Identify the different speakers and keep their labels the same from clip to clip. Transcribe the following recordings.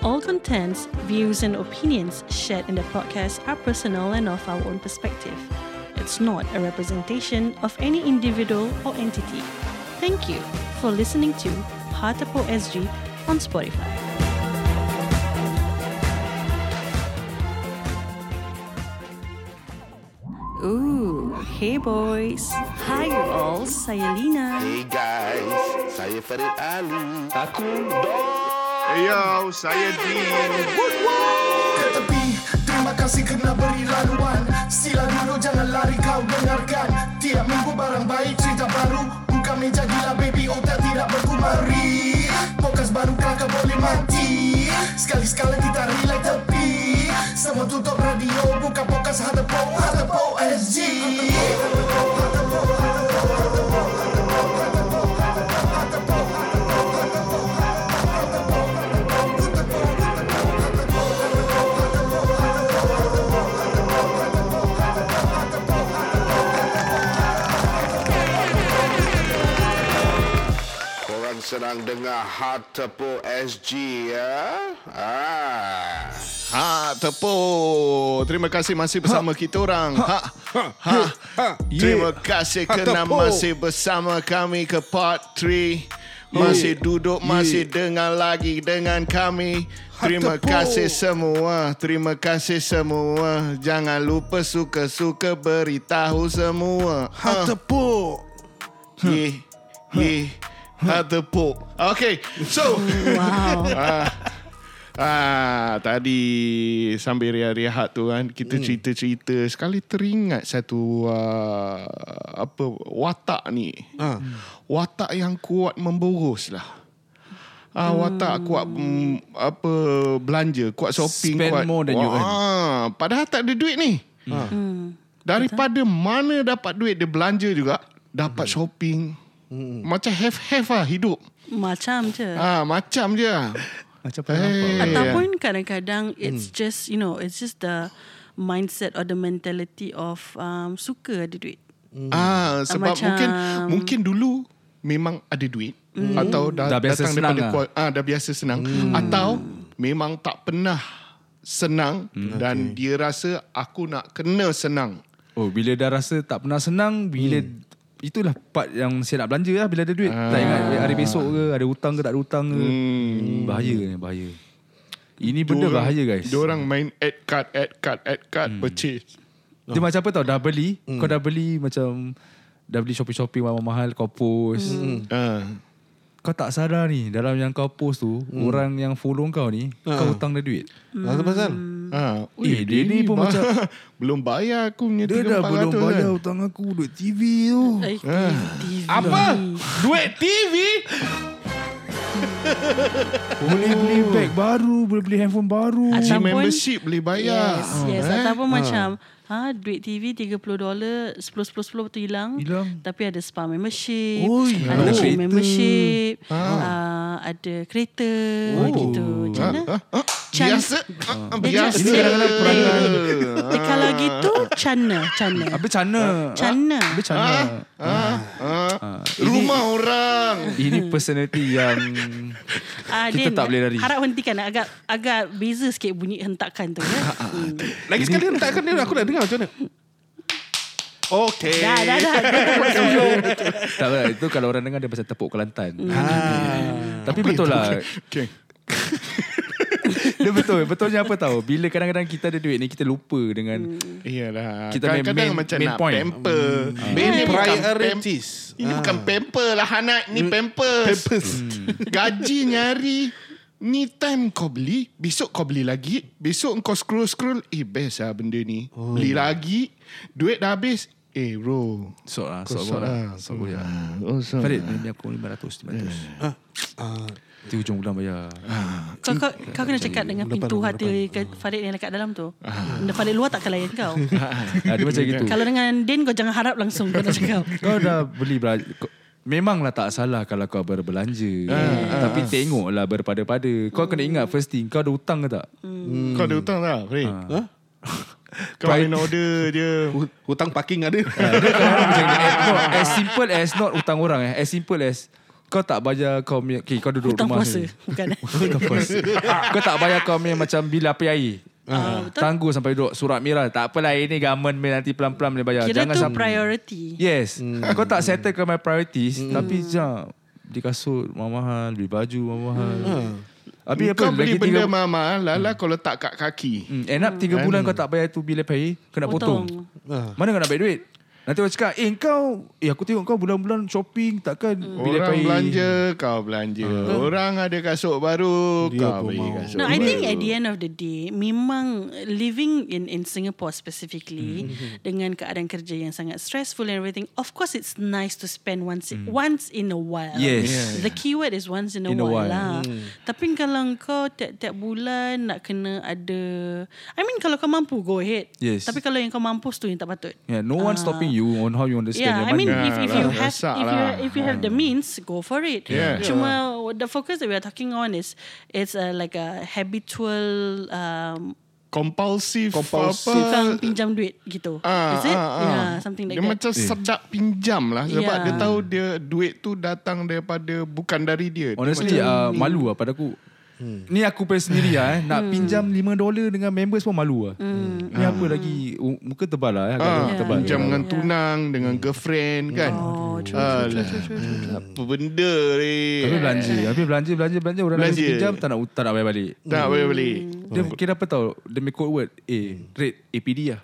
Speaker 1: contents, views, and opinions shared in the podcast are personal and of our own perspective. It's not a representation of any individual or entity. Thank you for listening to Hartapo SG on Spotify. Ooh, hey boys. Hi you all, saya Lina.
Speaker 2: Hey guys, saya Farid Ali. Aku
Speaker 3: Hey yo, saya Dean.
Speaker 4: ke tepi Terima kasih kerana beri laluan Sila dulu jangan lari kau dengarkan Tiap minggu barang baik cerita baru Buka meja gila baby otak tidak berkumari Pokas baru kakak boleh mati Sekali-sekala kita relax tepi Semua tutup radio buka pokas Hatepo Hatepo SG
Speaker 2: Korang sedang dengar Hard Tepu SG ya. Ah.
Speaker 3: Ha, tepuk. Terima kasih masih bersama kita orang. Ha. Ha. ha. Terima kasih kerana
Speaker 5: tepuk.
Speaker 3: masih bersama kami ke part 3. Masih duduk, masih dengar lagi dengan kami. Terima
Speaker 5: tepuk.
Speaker 3: kasih semua. Terima kasih semua. Jangan lupa suka-suka beritahu semua.
Speaker 6: Ha.
Speaker 5: Hot tepuk.
Speaker 3: Ye. Ye. Ha tepuk. Okay. So,
Speaker 1: Wow.
Speaker 3: Ah, tadi sambil rehat-rehat tu kan kita
Speaker 5: Hmm.
Speaker 3: cerita-cerita sekali teringat satu uh, apa watak ni. Ha. Watak yang kuat memboros lah. Ah,
Speaker 5: Hmm.
Speaker 3: watak kuat mm, apa belanja, kuat shopping,
Speaker 5: Spend
Speaker 3: kuat.
Speaker 5: more than you earn. Hmm.
Speaker 3: Ah, padahal tak ada duit ni. Ha. Daripada mana dapat duit dia belanja juga, dapat
Speaker 5: Hmm.
Speaker 3: shopping. Macam have-have lah hidup.
Speaker 1: Macam je.
Speaker 3: Ah, macam je. Eh. Macam
Speaker 5: Eh.
Speaker 3: hey.
Speaker 1: Ataupun kadang-kadang it's
Speaker 5: Hmm.
Speaker 1: just you know it's just the mindset or the mentality of um, suka ada duit.
Speaker 5: Hmm.
Speaker 3: Ah, sebab
Speaker 1: Macam-
Speaker 3: mungkin mungkin dulu memang ada duit
Speaker 1: Hmm.
Speaker 3: mm. atau dah,
Speaker 5: Dah biasa
Speaker 3: datang
Speaker 5: senang
Speaker 3: daripada
Speaker 5: Hmm. lah.
Speaker 3: kual- ah dah biasa senang mm. atau memang tak pernah senang
Speaker 5: Hmm,
Speaker 3: mm. dan okay. dia rasa aku nak kena senang.
Speaker 5: Oh, bila dah rasa tak pernah senang, bila itulah part yang saya nak belanja lah bila ada duit. Tak ingat hari besok ke, ada hutang ke tak ada hutang ke. Bahaya ni, bahaya. Hmm. Ini benda
Speaker 3: Diorang-
Speaker 5: bahaya guys.
Speaker 3: Diorang main add card, add card, add card,
Speaker 5: Hmm.
Speaker 3: mm. purchase.
Speaker 5: Dia macam apa tau, dah beli, kau dah beli macam dah beli shopping-shopping mahal-mahal kau post.
Speaker 3: Ah.
Speaker 5: Kau tak sadar ni dalam yang kau post tu, orang yang follow kau ni, kau hutang dia duit.
Speaker 6: Lah, Apa pasal?
Speaker 1: Hmm.
Speaker 3: Ah,
Speaker 5: Eh, dia ni pun
Speaker 3: ba-
Speaker 5: macam-
Speaker 3: belum bayar aku punya
Speaker 5: Dia dah belum
Speaker 3: 3-400
Speaker 5: bayar
Speaker 3: kan.
Speaker 5: hutang aku duit TV tu.
Speaker 1: Like TV.
Speaker 5: Ah,
Speaker 3: Duit TV?
Speaker 5: Boleh beli beg baru, boleh beli handphone baru.
Speaker 3: Gym
Speaker 1: Ataupun-
Speaker 3: membership boleh
Speaker 5: ya.
Speaker 3: bayar. Ah, eh?
Speaker 1: Yes,
Speaker 5: Ah,
Speaker 1: yes.
Speaker 5: eh.
Speaker 1: Ataupun macam ha duit TV 30 dolar 10 10 10 tu hilang.
Speaker 5: Hilang.
Speaker 1: Tapi ada spa membership,
Speaker 5: Oi,
Speaker 1: ada
Speaker 5: ada
Speaker 1: gym
Speaker 5: kereta. Ah.
Speaker 1: membership, uh, ada kereta
Speaker 5: Oh.
Speaker 1: gitu.
Speaker 5: Ah.
Speaker 1: Macam mana? Chan-
Speaker 3: Ah, Biasa. Ah, Biasa.
Speaker 1: Ini
Speaker 5: kadang-kadang perangai.
Speaker 1: Eh, kalau gitu cana cana.
Speaker 5: Habis cana.
Speaker 1: Cana.
Speaker 5: Habis cana.
Speaker 3: Ah, ah. Rumah orang.
Speaker 5: Ini personality yang
Speaker 1: Ah,
Speaker 5: Kita tak boleh lari.
Speaker 1: Harap hentikan agak agak beza sikit bunyi hentakan tu ya. Hmm.
Speaker 6: Lagi sekali letakkan dia aku nak dengar macam mana.
Speaker 3: Okay.
Speaker 1: Dah dah dah. Dia dah
Speaker 5: Eh,
Speaker 1: buat solo.
Speaker 5: tak apa itu kalau orang dengar dia pasal tepuk Kelantan.
Speaker 1: Hmm.
Speaker 6: Ha.
Speaker 5: Tapi betul lah.
Speaker 3: Okay.
Speaker 5: Dia betul. Betulnya apa tahu? Bila kadang-kadang kita ada duit ni kita lupa dengan
Speaker 1: Hmm.
Speaker 3: Iyalah.
Speaker 5: Kita main-
Speaker 3: Kadang-kadang
Speaker 5: main-
Speaker 3: macam
Speaker 5: main
Speaker 3: nak
Speaker 5: point. Hmm.
Speaker 3: pamper.
Speaker 6: Main
Speaker 3: Ini bukan pam-
Speaker 6: priorities.
Speaker 3: Ini bukan pamper lah Hanat. Ni pampers. pampers. Gaji nyari. Ni time kau beli, besok kau beli lagi, besok kau scroll-scroll, eh best lah benda ni. Beli lagi, duit dah habis, eh bro.
Speaker 5: sok lah, sok gua lah. Sok gua lah.
Speaker 3: Oh, so.
Speaker 5: Farid, ni aku 500, 500.
Speaker 6: Ah.
Speaker 5: Di hujung bulan bayar.
Speaker 1: Kau, kau, kau kena cakap dengan pintu hati ke Farid yang dekat dalam tu. Benda Farid luar tak kelayan kau.
Speaker 5: Ah, Dia macam gitu.
Speaker 1: Kalau dengan Din kau jangan harap langsung kau nak cakap.
Speaker 5: Kau dah beli belanja kau- Memanglah tak salah kalau kau berbelanja Tapi tengoklah berpada-pada Kau kena ingat first thing Kau ada hutang ke tak?
Speaker 3: Hmm. Kau ada hutang tak, Farid? Ha? Kau
Speaker 5: Ah. Pri-
Speaker 3: main order je.
Speaker 6: Hu- Hutang parking ada.
Speaker 5: Dia kadang-kadang macam ni. as, no, as eh. simple as not hutang orang eh. As simple as kau tak bayar kau punya okay, kau duduk
Speaker 1: Hutang
Speaker 5: rumah Ah,
Speaker 1: puasa.
Speaker 5: ni.
Speaker 1: Bukan.
Speaker 5: Hutang puasa. kau tak bayar kau punya macam bil api air.
Speaker 1: Ah, betul.
Speaker 5: Tangguh sampai duduk surat merah. Tak apalah ini government punya nanti pelan-pelan boleh bayar.
Speaker 1: Kira
Speaker 5: ya, Jangan
Speaker 1: tu
Speaker 5: sampai
Speaker 1: priority.
Speaker 5: Yes.
Speaker 3: Hmm.
Speaker 5: Kau tak settle kau my priorities tapi jap beli kasut mahal-mahal, beli baju mahal-mahal. Habis apa
Speaker 3: Kau Hmm. beli
Speaker 5: lagi
Speaker 3: benda
Speaker 5: tiga,
Speaker 3: mahal-mahal lah, lah kau letak kat kaki.
Speaker 5: Hmm, end up tiga bulan kau tak bayar tu bila pay, kena potong.
Speaker 1: Potong.
Speaker 6: Ah.
Speaker 5: potong. Mana kau nak bayar duit? Nanti orang cakap, eh kau, eh aku tengok kau bulan-bulan shopping, takkan
Speaker 3: Hmm.
Speaker 5: bila Hmm.
Speaker 3: Orang
Speaker 5: pay.
Speaker 3: belanja, kau belanja. Orang ada kasut baru, kau beli kasut
Speaker 1: No,
Speaker 3: baru.
Speaker 1: I think at the end of the day, memang living in in Singapore
Speaker 5: Mm-hmm,
Speaker 1: specifically dengan keadaan kerja yang sangat stressful and everything, of course it's nice to spend once once in a while.
Speaker 5: Mm. Yes.
Speaker 1: The
Speaker 5: Yeah.
Speaker 1: keyword is once in a,
Speaker 5: In a
Speaker 1: while,
Speaker 5: while. Mm.
Speaker 1: lah. Tapi kalau kau tiap-tiap bulan nak kena ada I mean kalau kau mampu go ahead.
Speaker 5: Yes.
Speaker 1: Tapi kalau yang kau mampus tu yang tak patut.
Speaker 5: Yeah, Ya, no
Speaker 3: Ah.
Speaker 5: one stopping you on how you want to spend
Speaker 1: Yeah,
Speaker 5: your
Speaker 1: I
Speaker 5: money.
Speaker 1: mean if if you
Speaker 3: lah,
Speaker 1: have if
Speaker 3: rosak
Speaker 1: you
Speaker 3: lah.
Speaker 1: if you have the means, go for it.
Speaker 3: Yeah.
Speaker 1: Cuma the focus that we are talking on is it's a, like a habitual um,
Speaker 3: Compulsive,
Speaker 6: Compulsive.
Speaker 1: tukang
Speaker 3: apa.
Speaker 1: pinjam duit gitu.
Speaker 3: Ah,
Speaker 1: is it?
Speaker 3: ah, ah.
Speaker 1: Yeah, something like
Speaker 3: dia
Speaker 1: that.
Speaker 3: macam
Speaker 5: Eh.
Speaker 3: sedap pinjam lah sebab
Speaker 1: Yeah.
Speaker 3: dia tahu dia duit tu datang daripada bukan dari dia.
Speaker 5: Honestly, uh, malu lah pada aku. Ni aku pay sendiri lah eh.
Speaker 3: Hmm.
Speaker 5: Nak pinjam 5 dolar dengan members pun malu lah. Ni apa lagi, u- muka tebal lah Hmm. eh. Agak
Speaker 3: Ah,
Speaker 5: muka tebal.
Speaker 3: pinjam dengan
Speaker 1: Yeah.
Speaker 3: tunang dengan girlfriend kan.
Speaker 1: Oh, true,
Speaker 3: Alah, Apa benda ni?
Speaker 5: Tapi belanja Habis belanja Belanja belanja Orang belanja.
Speaker 3: Belanja.
Speaker 5: dah pinjam Tak nak tak nak bayar balik
Speaker 3: Tak boleh beli.
Speaker 1: Hmm.
Speaker 5: Dia kira apa tau Dia make code word A Rate APD lah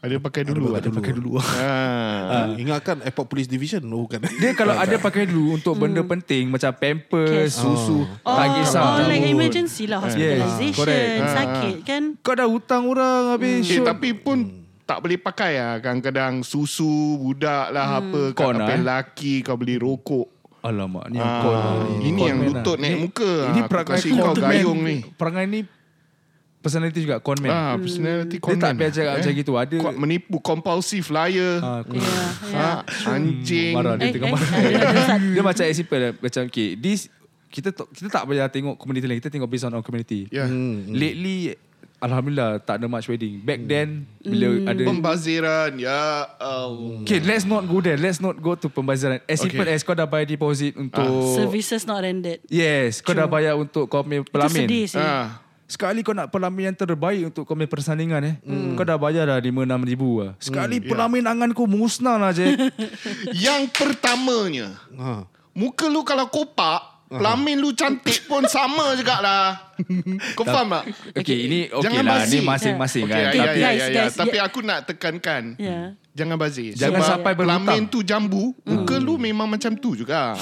Speaker 3: Ada pakai dulu. Ada pakai dulu. Ah.
Speaker 6: Ah, Ingatkan Airport Police Division Oh bukan
Speaker 5: Dia kalau ada pakai dulu Untuk benda penting Macam pampers
Speaker 1: Cash.
Speaker 5: Susu
Speaker 1: Hmm.
Speaker 5: Ah.
Speaker 1: Oh,
Speaker 5: Tak kisah
Speaker 1: oh, like emergency lah,
Speaker 5: Yes,
Speaker 1: hospitalization,
Speaker 5: lah. correct.
Speaker 3: Ah.
Speaker 1: sakit kan.
Speaker 5: Kau dah hutang orang Habis
Speaker 3: Eh,
Speaker 5: shoot.
Speaker 3: tapi pun tak boleh pakai lah kadang-kadang susu budak lah apa
Speaker 5: Corn
Speaker 3: kau
Speaker 5: lah,
Speaker 3: apa
Speaker 5: eh. Hmm,
Speaker 3: lelaki kau beli rokok
Speaker 5: Alamak ni
Speaker 3: Ah,
Speaker 5: call lah.
Speaker 3: ini yang lutut naik muka.
Speaker 5: ah.
Speaker 3: lah.
Speaker 5: Ini
Speaker 3: Aku
Speaker 5: perangai
Speaker 3: kasih kau
Speaker 5: conman.
Speaker 3: gayung ni.
Speaker 5: Perangai ni Personality juga Con man
Speaker 3: ah personality
Speaker 5: Dia
Speaker 3: conman
Speaker 5: tak payah
Speaker 3: lah,
Speaker 5: cakap macam gitu Ada
Speaker 3: Kau menipu compulsive liar
Speaker 5: Ah, con-
Speaker 1: Yeah, yeah.
Speaker 3: ha, anjing
Speaker 5: Hmm, Marah dia
Speaker 1: Eh,
Speaker 5: tengah
Speaker 1: eh,
Speaker 5: marah.
Speaker 1: eh, ada satu.
Speaker 5: dia macam example lah, macam okay, this kita tak- kita tak payah tengok community lain, kita tengok based on our community.
Speaker 3: ya
Speaker 5: Lately alhamdulillah tak ada much
Speaker 3: Hmm.
Speaker 5: wedding. Back then bila
Speaker 1: Hmm.
Speaker 5: ada
Speaker 3: pembaziran ya Allah
Speaker 5: Okay, let's not go there. Let's not go to pembaziran. As simple
Speaker 3: Okay.
Speaker 5: as kau dah bayar deposit untuk
Speaker 1: Services not rendered.
Speaker 5: Yes, kau dah bayar untuk kau punya
Speaker 1: Itu sedih
Speaker 5: pelamin.
Speaker 1: sih.
Speaker 3: ah
Speaker 5: Sekali kau nak pelamin yang terbaik untuk kau punya persandingan eh. Kau dah bayar dah 5-6 ribu lah. Sekali pelamin angan kau musnah lah je.
Speaker 3: yang pertamanya
Speaker 6: ha.
Speaker 3: muka lu kalau kopak
Speaker 5: Ah.
Speaker 3: Pelamin lu cantik pun sama juga lah Kau faham tak?
Speaker 5: okay, ini okay
Speaker 3: Jangan
Speaker 5: lah.
Speaker 3: basi.
Speaker 5: Ni masing-masing
Speaker 3: Okay,
Speaker 5: kan.
Speaker 3: ya, ya,
Speaker 5: Tapi-
Speaker 3: ya,
Speaker 1: Guys,
Speaker 3: ya, ya.
Speaker 1: guys,
Speaker 3: Tapi
Speaker 1: ya.
Speaker 3: aku nak tekankan
Speaker 1: Yeah.
Speaker 3: Jangan bazir
Speaker 5: Jangan
Speaker 3: Sebab
Speaker 5: sampai berhutang.
Speaker 3: Pelamin tu jambu
Speaker 1: Hmm.
Speaker 3: Muka lu memang macam tu juga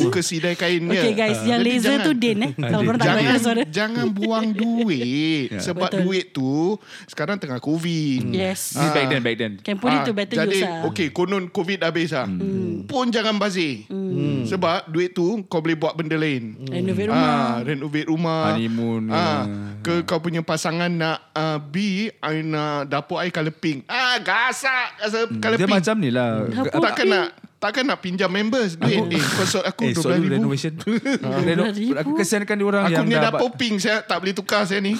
Speaker 3: Muka sidai kainnya
Speaker 1: Okay guys, yang
Speaker 3: Hmm. Jadi
Speaker 1: laser
Speaker 3: jangan-
Speaker 1: tu Din eh. Kalau orang tak dengar
Speaker 3: Ah. Jangan
Speaker 1: suara.
Speaker 3: jangan buang duit
Speaker 5: Ya.
Speaker 3: sebab
Speaker 1: Betul. Ya,
Speaker 3: duit tu sekarang tengah covid.
Speaker 5: Hmm.
Speaker 1: Yes.
Speaker 5: This back then, back then.
Speaker 1: Can put it
Speaker 3: Ah,
Speaker 1: to better
Speaker 3: jadi,
Speaker 1: use lah.
Speaker 3: okay, konon COVID dah habis lah.
Speaker 5: Hmm.
Speaker 3: Pun jangan bazir.
Speaker 1: Hmm.
Speaker 3: Sebab duit tu kau boleh buat benda lain.
Speaker 1: Renovate
Speaker 3: Ah,
Speaker 1: rumah.
Speaker 3: renovate rumah.
Speaker 5: Honeymoon
Speaker 3: Ah,
Speaker 5: ke.
Speaker 3: ke kau punya pasangan nak uh, B, I nak dapur I colour pink. Ah, gasak colour, colour
Speaker 5: Hmm. Dia
Speaker 3: pink.
Speaker 5: macam ni lah.
Speaker 1: Apa?
Speaker 5: Apa-
Speaker 3: Takkan nak Takkan nak pinjam members duit. eh, kosot aku
Speaker 5: Eh, soal
Speaker 3: RM12,000.
Speaker 5: renovation. Reno,
Speaker 1: RM12,000.
Speaker 5: aku kesiankan dia orang
Speaker 3: Aku
Speaker 5: yang
Speaker 3: ni
Speaker 5: dah, Hmm.
Speaker 3: dapur pink saya tak boleh tukar saya ni.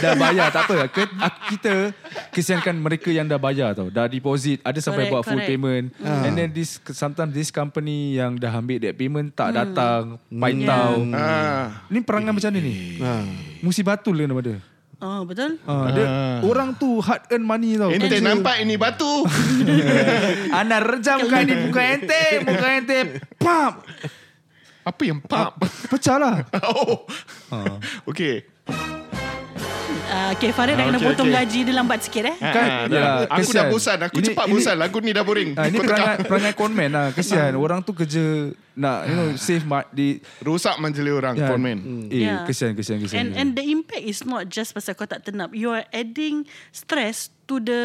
Speaker 5: dah bayar. Tak apa. Ke, aku, kita kesiankan mereka yang dah bayar tau. Dah deposit. Ada
Speaker 1: Correct,
Speaker 5: sampai buat full
Speaker 1: correct.
Speaker 5: payment.
Speaker 3: Ah.
Speaker 5: And then this sometimes this company yang dah ambil that
Speaker 1: Hmm.
Speaker 5: payment tak datang.
Speaker 3: Hmm.
Speaker 5: Paitau.
Speaker 3: ah.
Speaker 5: Ni perangai macam mana ni? Musibatul ke lah nama dia?
Speaker 1: Oh, betul?
Speaker 5: Ha, dia orang tu hard earn money tau.
Speaker 3: Ente Ah. nampak ini batu.
Speaker 5: Ana rejamkan ni muka ente, muka ente. Pam.
Speaker 3: Apa yang pap?
Speaker 5: Pecah lah.
Speaker 3: oh. Okey.
Speaker 1: Ah, okay, Farid dah kena
Speaker 3: okay,
Speaker 1: potong
Speaker 3: okay.
Speaker 1: gaji dia lambat sikit eh.
Speaker 3: Ah,
Speaker 5: Kan, ya,
Speaker 3: dah. aku dah
Speaker 5: kesian.
Speaker 3: bosan. Aku
Speaker 5: Ini-
Speaker 3: cepat
Speaker 5: ini-
Speaker 3: bosan. Lagu ni dah boring.
Speaker 5: Ha, ini
Speaker 3: Kau tengah
Speaker 5: perangai, perangai conman lah. Kesian. Orang tu kerja nak you know save mat di
Speaker 3: rosak majlis orang,
Speaker 5: ya.
Speaker 3: Kan? conman.
Speaker 5: Eh,
Speaker 1: Yeah.
Speaker 5: kesian, kesian, kesian.
Speaker 1: And and the impact is not just pasal kau tak tenap. You are adding stress to the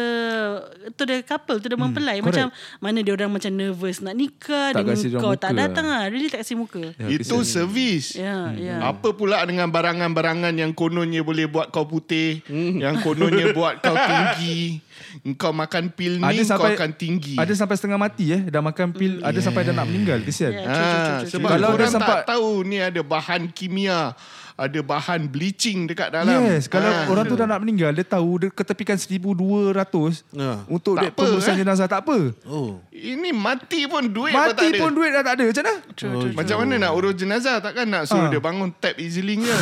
Speaker 1: to the couple, to the mempelai.
Speaker 5: correct.
Speaker 1: Macam mana dia orang macam nervous nak nikah
Speaker 5: Tak
Speaker 1: dengan
Speaker 5: kasi dia orang
Speaker 1: kau tak
Speaker 5: muka.
Speaker 1: datang ah. Really tak kasi muka.
Speaker 5: Ya,
Speaker 3: Itu servis.
Speaker 1: Ya, ya.
Speaker 5: Ah.
Speaker 3: Apa pula dengan barangan-barangan yang kononnya boleh buat kau putih,
Speaker 5: Hmm.
Speaker 3: yang kononnya buat kau tinggi. Kau makan pil ni, kau akan tinggi. Ah, Mm.
Speaker 5: Ada sampai setengah mati eh. Dah makan pil, ada sampai dah nak meninggal. Kesian.
Speaker 1: Yeah.
Speaker 3: Ah,
Speaker 1: Cucu, cucu,
Speaker 3: sebab kalau
Speaker 5: cucu.
Speaker 3: orang
Speaker 5: Kalau dia
Speaker 3: tak
Speaker 5: sempat-
Speaker 3: tahu ni ada bahan kimia ada bahan bleaching dekat dalam.
Speaker 5: Yes, kalau
Speaker 3: Ah.
Speaker 5: orang tu dah nak meninggal, dia tahu dia ketepikan 1200
Speaker 6: Ya.
Speaker 5: untuk
Speaker 3: Tak
Speaker 5: duit
Speaker 3: apa,
Speaker 5: pengurusan
Speaker 3: eh.
Speaker 5: jenazah tak apa.
Speaker 6: Oh.
Speaker 3: Ini mati pun duit pun
Speaker 5: Mati
Speaker 3: tak ada. Oh,
Speaker 5: pun duit dah tak ada. Macam mana?
Speaker 3: Macam mana nak urus jenazah takkan nak suruh
Speaker 5: Ah.
Speaker 3: dia bangun tap easily je.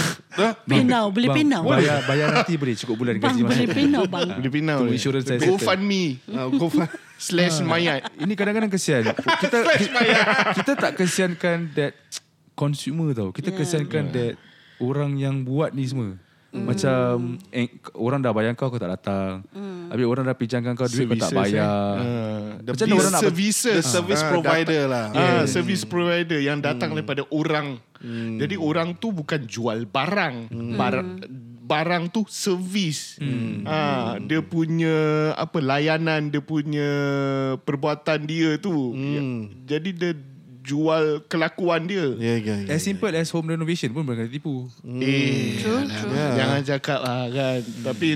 Speaker 1: Pay now, boleh pay now.
Speaker 5: Bayar, bayar nanti boleh cukup bulan
Speaker 1: Bang,
Speaker 5: gaji
Speaker 1: boleh
Speaker 5: masuk.
Speaker 1: pay now bang.
Speaker 3: Boleh pinau.
Speaker 5: tu insurance saya
Speaker 3: Go
Speaker 5: settle. Ah.
Speaker 3: fund me
Speaker 6: Ah, Kau faham.
Speaker 3: slash mayat.
Speaker 5: Ini kadang-kadang kesian. Kita kita, kita tak kesiankan that consumer tau. Kita yeah. kesiankan that orang yang buat ni semua. Mm. Macam eh, orang dah bayar kau kau tak datang. Mm. Habis orang dah pinjamkan kau duit kau tak
Speaker 3: Services,
Speaker 5: bayar.
Speaker 3: eh. Ah.
Speaker 5: Macam mana orang nak
Speaker 3: services
Speaker 6: Ha, The service
Speaker 3: Ah,
Speaker 6: provider lah. Hmm.
Speaker 3: datang- ah, service provider yang datang daripada orang jadi orang tu bukan jual barang
Speaker 6: Hmm.
Speaker 3: barang barang tu servis ah dia punya apa layanan dia punya perbuatan dia tu
Speaker 6: Hmm.
Speaker 3: Ya, jadi dia jual kelakuan dia
Speaker 6: Ya, ya, ya.
Speaker 5: As simple as home renovation pun bukan tipu.
Speaker 6: Hmm.
Speaker 3: eh alah, jangan cakap lah kan tapi